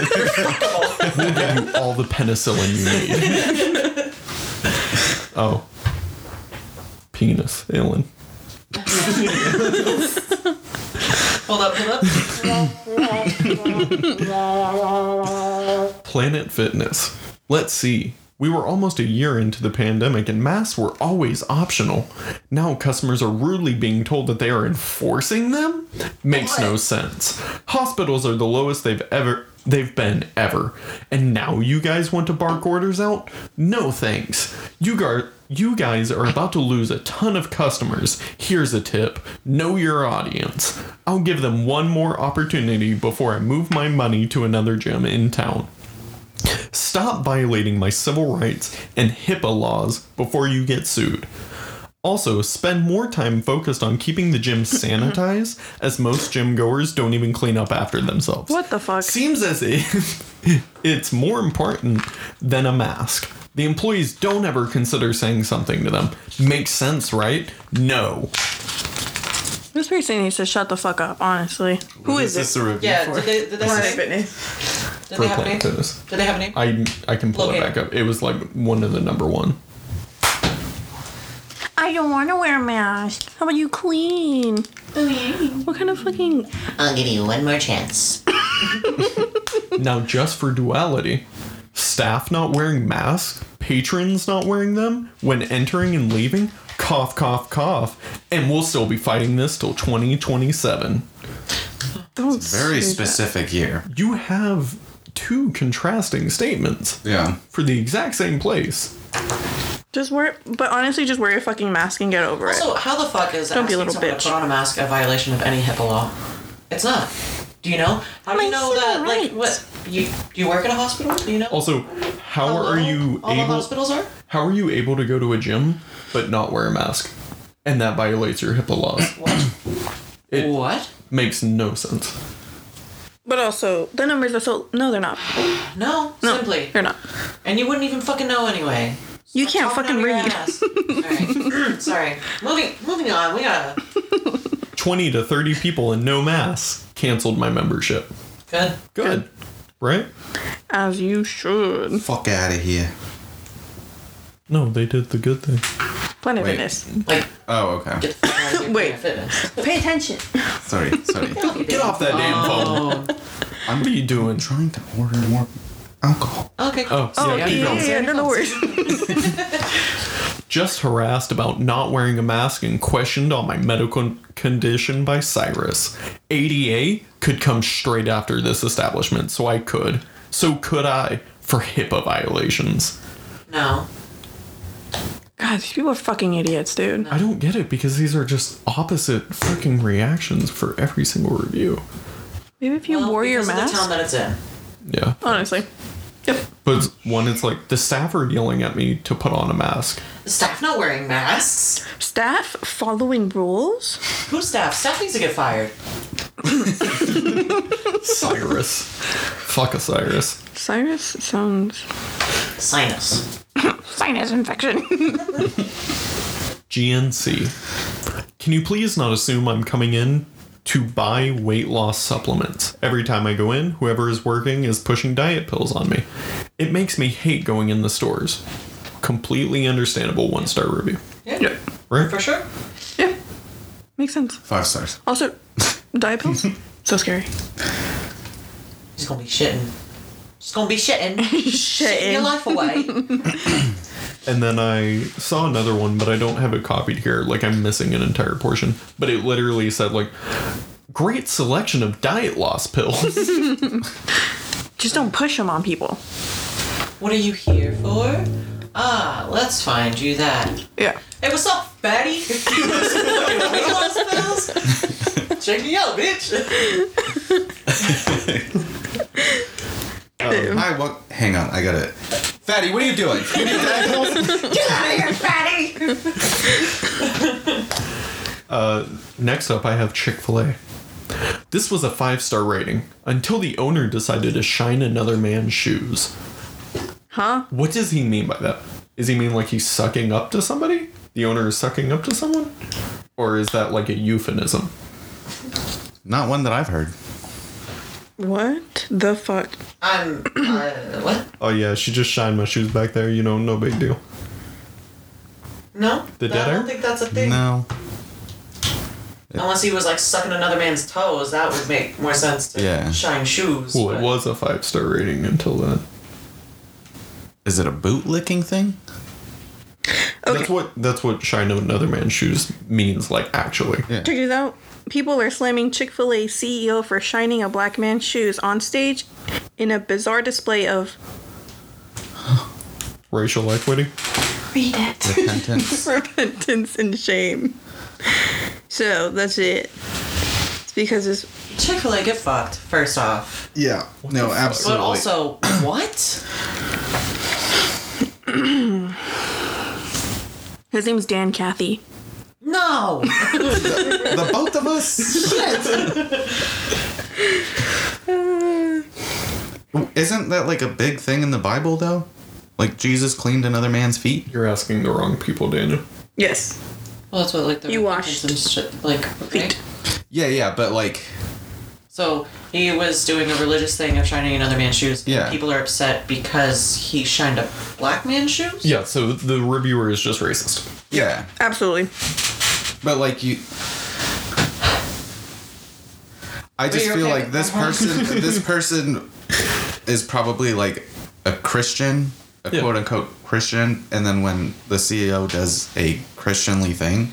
We'll give you all the penicillin you need. oh. Penis, Alan.
Hold up, hold up.
Planet Fitness. Let's see. We were almost a year into the pandemic and masks were always optional. Now customers are rudely being told that they are enforcing them? Makes no sense. Hospitals are the lowest they've ever they've been ever. And now you guys want to bark orders out? No thanks. You gar you guys are about to lose a ton of customers. Here's a tip know your audience. I'll give them one more opportunity before I move my money to another gym in town. Stop violating my civil rights and HIPAA laws before you get sued. Also, spend more time focused on keeping the gym sanitized, as most gym goers don't even clean up after themselves.
What the fuck?
Seems as if it's more important than a mask. The employees don't ever consider saying something to them. Makes sense, right? No.
This person needs to shut the fuck up. Honestly. Who is
this
it?
a review
Yeah,
for?
did they, did they,
Planet
have, a name?
Fitness.
did
For
they have a
plant
name?
tennis.
Did they have a name?
I I can pull
Locate.
it back up. It was like one of the number one.
I don't want to wear a mask. How about you clean? What kind of fucking?
I'll give you one more chance.
Now, just for duality, staff not wearing masks, patrons not wearing them when entering and leaving, cough, cough, cough, and we'll still be fighting this till 2027.
Don't. say
Very
that.
specific year.
You have two contrasting statements
Yeah.
for the exact same place.
Just wear. But honestly, just wear your fucking mask and get over it.
So how the fuck is
Don't be a
asking
little
someone to
bitch.
put on a mask a violation of any HIPAA law? It's not. Do you know? How do you
My
know that?
civil
Like what? You do you work at a hospital? Do you know?
Also, how
how
are
little
you
all the
able?
hospitals are?
How are you able to go to a gym but not wear a mask? And that violates your HIPAA laws.
What?
It-
what?
Makes no sense.
But also, the numbers are so. No, they're not.
No,
No,
simply.
they're not.
And you wouldn't even fucking know anyway.
You can't fucking read.
Alright. Sorry. Moving moving on, we gotta
20 to 30 people and no masks canceled my membership.
good.
Good. Right?
As you should.
Fuck out of here.
No, they did the good thing.
Planet
Wait.
Fitness.
Like
Oh, okay.
get the fuck out of here,
Wait.
Planet Fitness.
Pay attention.
Sorry, sorry.
Get off that damn phone.
Oh.
What are you doing?
Trying to order more alcohol.
Okay, cool.
Oh,
Oh,
yeah,
yeah,
keep
yeah,
going.
yeah, yeah, no, no worries.
Just harassed about not wearing a mask and questioned on my medical condition by Cyrus. ADA could come straight after this establishment, so I could. So could I for HIPAA violations.
No.
God, these people are fucking idiots, dude.
I don't get it because these are just opposite fucking reactions for every single review.
Maybe if you
Well,
wore your
because of
mask.
The town that it's in.
Yeah.
Honestly. Yep.
But it's- one, it's like the staff are yelling at me to put on a mask.
Staff not wearing masks.
Staff following rules?
Who staff? Staff needs to get fired.
Cyrus. Fuck a Cyrus.
Cyrus sounds.
Sinus.
Sinus infection.
GNC. Can you please not assume I'm coming in to buy weight loss supplements? Every time I go in, whoever is working is pushing diet pills on me. It makes me hate going in the stores. Completely understandable one star review.
Yeah.
Right?
For sure.
yeah. Makes sense.
Five stars.
Also, diet pills? so scary.
He's gonna be shitting. Just gonna be shitting. shitting
Shit.
your life away.
And then I saw another one, but I don't have it copied here. Like I'm missing an entire portion. But it literally said like great selection of diet loss pills.
Just don't push them on people.
What are you here for? Ah, let's find you that.
Yeah.
Hey, what's up, fatty? You want some fucking weight loss pills? Check me out, bitch.
Hi, well, hang on, I got it. Fatty, what are you doing? You need diet pills?
Get out of here, fatty.
Next up I have Chick-fil-A. This was a five-star rating until the owner decided to shine another man's shoes.
Huh?
What does he mean by that? Is he mean like he's sucking up to somebody? The owner is sucking up to someone? Or is that like a euphemism?
Not one that I've heard.
What the fuck?
I'm. Uh, what?
Oh yeah, she just shined my shoes back there, you know, no big deal.
No.
The
I
dinner?
don't think that's a thing.
No.
Unless he was like sucking another man's toes, that would make more sense to
Yeah.
shine shoes.
Well, it
but-
was a five-star rating until then.
Is it a boot licking thing?
That's what that's what shine on another man's shoes means, like actually.
Yeah.
Check this out. People are slamming Chick fil A CEO for shining a black man's shoes on stage in a bizarre display of.
Racial equity.
Read it.
Repentance.
repentance and shame. So that's it. It's because it's
Chick fil A get fucked, first off.
yeah. No,
But
absolutely.
also, what?
his name's Dan Cathy.
No!
the both of us. Isn't that like a big thing in the Bible though? Like Jesus cleaned another man's feet.
You're asking the wrong people, Daniel.
Yes.
well, that's what, like, the.
You
repentance
washed
and shit, like, okay.
feet.
Yeah, yeah, but like,
So he was doing a religious thing of shining another man's shoes. and
Yeah.
People are upset because he shined a black man's shoes.
Yeah, so the reviewer is just racist.
yeah,
Absolutely.
but like you. I just
you're
feel
okay
like
with
this
that one?
person, this person, is probably like a Christian, a
Yeah.
quote unquote Christian, and then when the CEO does a Christianly thing,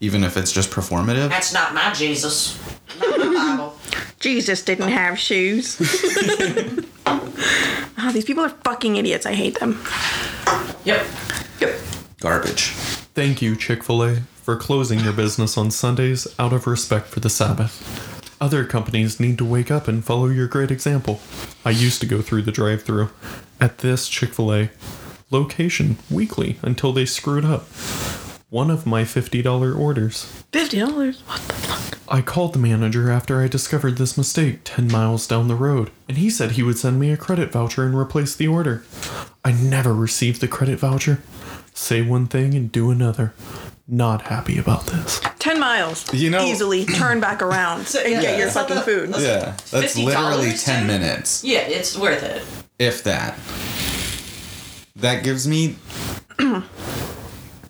even if it's just performative,
That's not my Jesus. Not my Bible.
Jesus didn't have shoes. Ah, these people are fucking idiots. I hate them.
Yep.
Yep.
garbage.
Thank you, Chick fil A, for closing your business on Sundays out of respect for the Sabbath. Other companies need to wake up and follow your great example. I used to go through the drive thru at this Chick fil A location weekly until they screwed up one of my $50 orders.
Fifty dollars. What the fuck?
I called the manager after I discovered this mistake 10 miles down the road, and he said he would send me a credit voucher and replace the order. I never received the credit voucher. Say one thing and do another. Not happy about this.
Ten miles.
You know-
Easily turn back around and
yeah.
get your fucking food.
Yeah, that's
$50
literally
too?
10 minutes,
Yeah, it's worth it.
if that. That gives me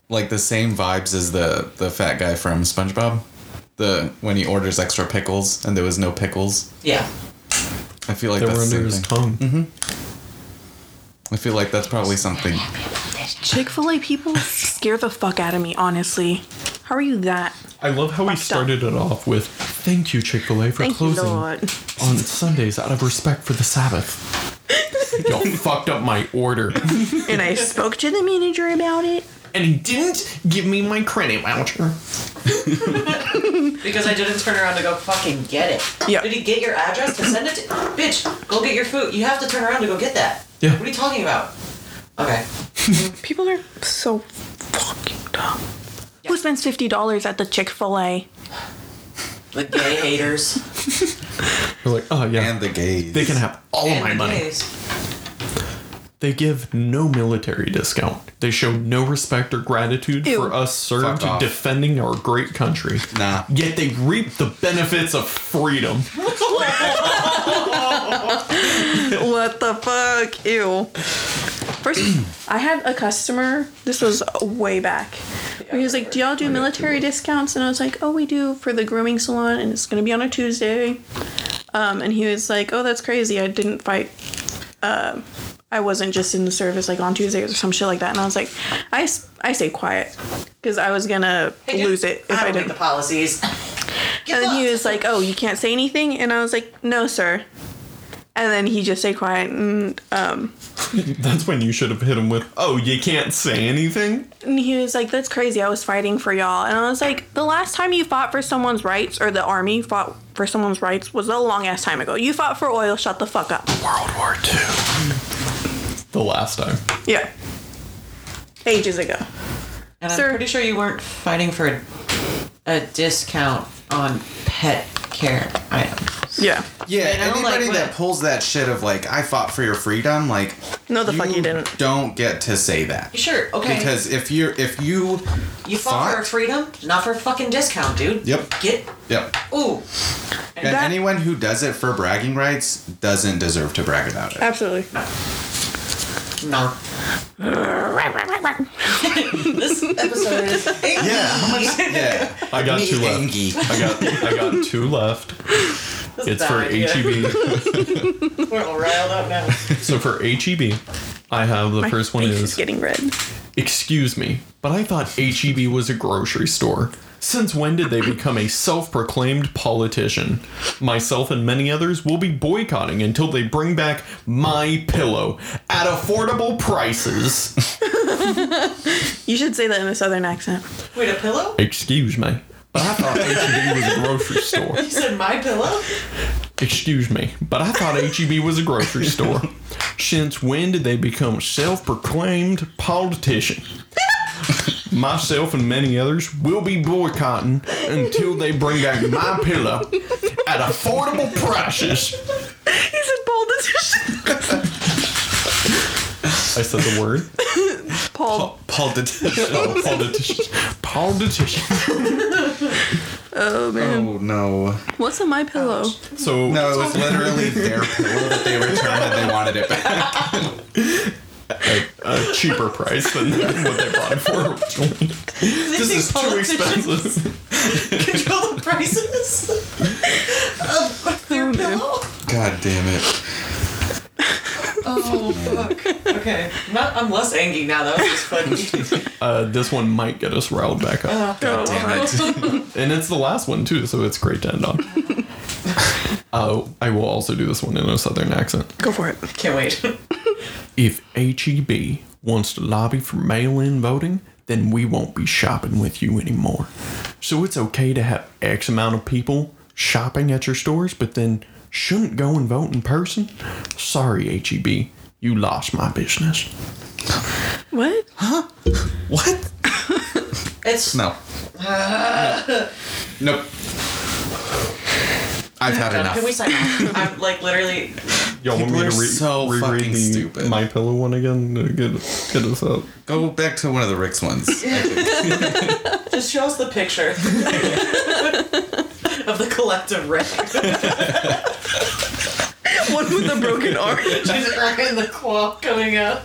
like the same vibes as the the fat guy from SpongeBob. The when he orders extra pickles and there was no pickles.
Yeah.
I feel like
They were
that's Mm-hmm. the
under
same
his
thing.
tongue.
I feel like that's probably something.
Chick fil A people scare the fuck out of me, honestly. How are you that?
I love how he
Fucked up.
started it off with Thank you, Chick fil A, for
Thank you,
closing
Lord.
on Sundays out of respect for the Sabbath. Y'all fucked up my order.
And I spoke to the manager about it.
And he didn't give me my credit voucher.
because I didn't turn around to go fucking get it.
Yeah.
Did he get your address to send it to? Bitch, go get your food. You have to turn around to go get that.
Yeah.
What are you talking about? Okay.
People are so fucking dumb. Who spends fifty dollars at the Chick Fil A?
The gay haters.
They're like, oh yeah,
And the gays.
they can have all of
and
my
the
money.
gays.
They give no military discount. They show no respect or gratitude
Ew.
for us served
Fuck off.
defending our great country.
Nah.
Yet they reap the benefits of freedom.
What the fuck? Ew. First, I had a customer. This was way back. He was like, "Do y'all do military discounts?" And I was like, "Oh, we do for the grooming salon, and it's gonna be on a Tuesday." Um, and he was like, "Oh, that's crazy. I didn't fight. Uh, I wasn't just in the service like on Tuesdays or some shit like that." And I was like, "I s- I stay quiet because I was gonna
Hey, dude,
lose it if
I,
I,
don't
didn't."
make the policies.
And then he
fucked.
was like, "Oh, you can't say anything," and I was like, "No, sir." And then he just stayed quiet, and um,
That's when you should have hit him with, oh, you can't say anything?
and he was like, "That's crazy. I was fighting for y'all." And I was like, "The last time you fought for someone's rights, or the army fought for someone's rights, was a long ass time ago. You fought for oil. Shut the fuck up."
World War II. The last time.
Yeah, ages ago.
And I'm
Sir.
pretty sure you weren't fighting for a, a discount on pet care items.
Yeah,
Yeah,
You know, like,
anybody that
what-
pulls that shit of like, I fought for your freedom, like,
No, the fuck you didn't.
Don't get to say that.
Sure, okay.
Because if you're, if you,
you fought for
Fuck.
freedom, not for a fucking discount, dude.
Yep.
Get.
yep.
Ooh.
And
That-
anyone who does it for bragging rights doesn't deserve to brag about it.
absolutely.
No. this episode is.
Yeah, how much? Yeah, Oh,
I got
Me
two left.
angry.
I got I got two left. It's for
Bad idea.
HEB.
We're all riled up now.
So for HEB, I have the
My
first one
face
is
is getting red.
Excuse me, but I thought HEB was a grocery store. Since when did they become a self proclaimed politician? Myself and many others will be boycotting until they bring back my pillow at affordable prices.
You should say that in a southern accent.
Wait, a pillow?
Excuse me. But I thought HEB was a grocery store.
You said my pillow?
Excuse me, but I thought HEB was a grocery store. Since when did they become self proclaimed politician? Myself and many others will be boycotting until they bring back my pillow at affordable prices.
He's in bold decision.
I said the word.
Paul.
politician.
Oh, politician. Politician.
Oh no!
What's in my pillow?
So
No, it was literally their pillow that they returned and they wanted it back.
a, a cheaper price than what they bought it for originally. This is too expensive.
Control the prices of their pillow.
God damn it!
Oh fuck. Okay. Not, I'm less angry now. That was just funny.
Uh, this one might get us riled back up.
God damn it!
And it's the last one too, so it's great to end on. Oh, I will also do this one in a southern accent.
Go for it.
Can't wait.
If HEB wants to lobby for mail-in voting, then we won't be shopping with you anymore. So it's okay to have X amount of people shopping at your stores, but then shouldn't go and vote in person. Sorry, HEB, you lost my business.
What?
What?
It's
No. Nope. I've had
Done.
enough.
Can we sign off? I'm like literally.
Y'all want me
People
to
are
re-
so
reread
fucking
the
stupid.
my pillow one again to get get us up?
Go back to one of the Rick's ones. I think.
Just show us the picture of the collective wreck.
One with a broken arm.
She's rocking the claw coming up.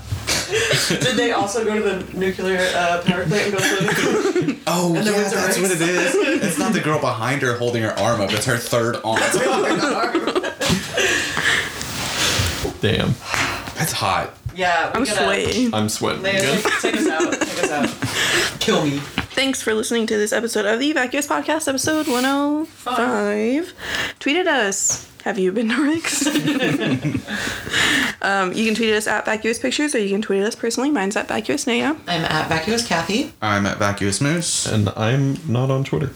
Did they also go to the nuclear uh, power plant and go through?
Oh
there
yeah,
was a
that's
Rick's.
what it is. It's not the girl behind her holding her arm up. It's her third arm.
Damn,
That's hot.
Yeah, we
I'm
gotta-
sweating.
I'm sweating
Leia,
again.
take, take us out. Take us out. Kill me.
Thanks for listening to this episode of the Vacuous Podcast, episode 105. Tweet at us. Have you been to Rick's? um, you can tweet at us at Vacuous Pictures or you can tweet at us personally. Mine's at Vacuous Naya.
I'm at Vacuous Kathy.
I'm at Vacuous Moose.
And I'm not on Twitter.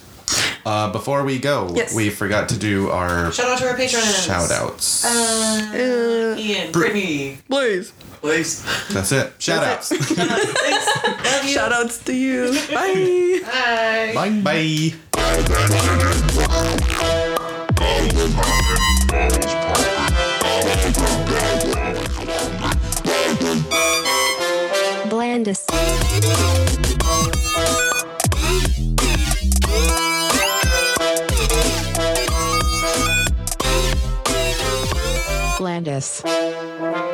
Uh, before we go,
Yes.
we forgot to do our
Shout out to our patrons.
shout outs.
Uh,
Ian, Brittany,
Blaze.
please.
That's it. Shout outs.
Love you.
Shout outs to you. Bye.
Bye.
Bye. Bye.
Blandis. Blandis.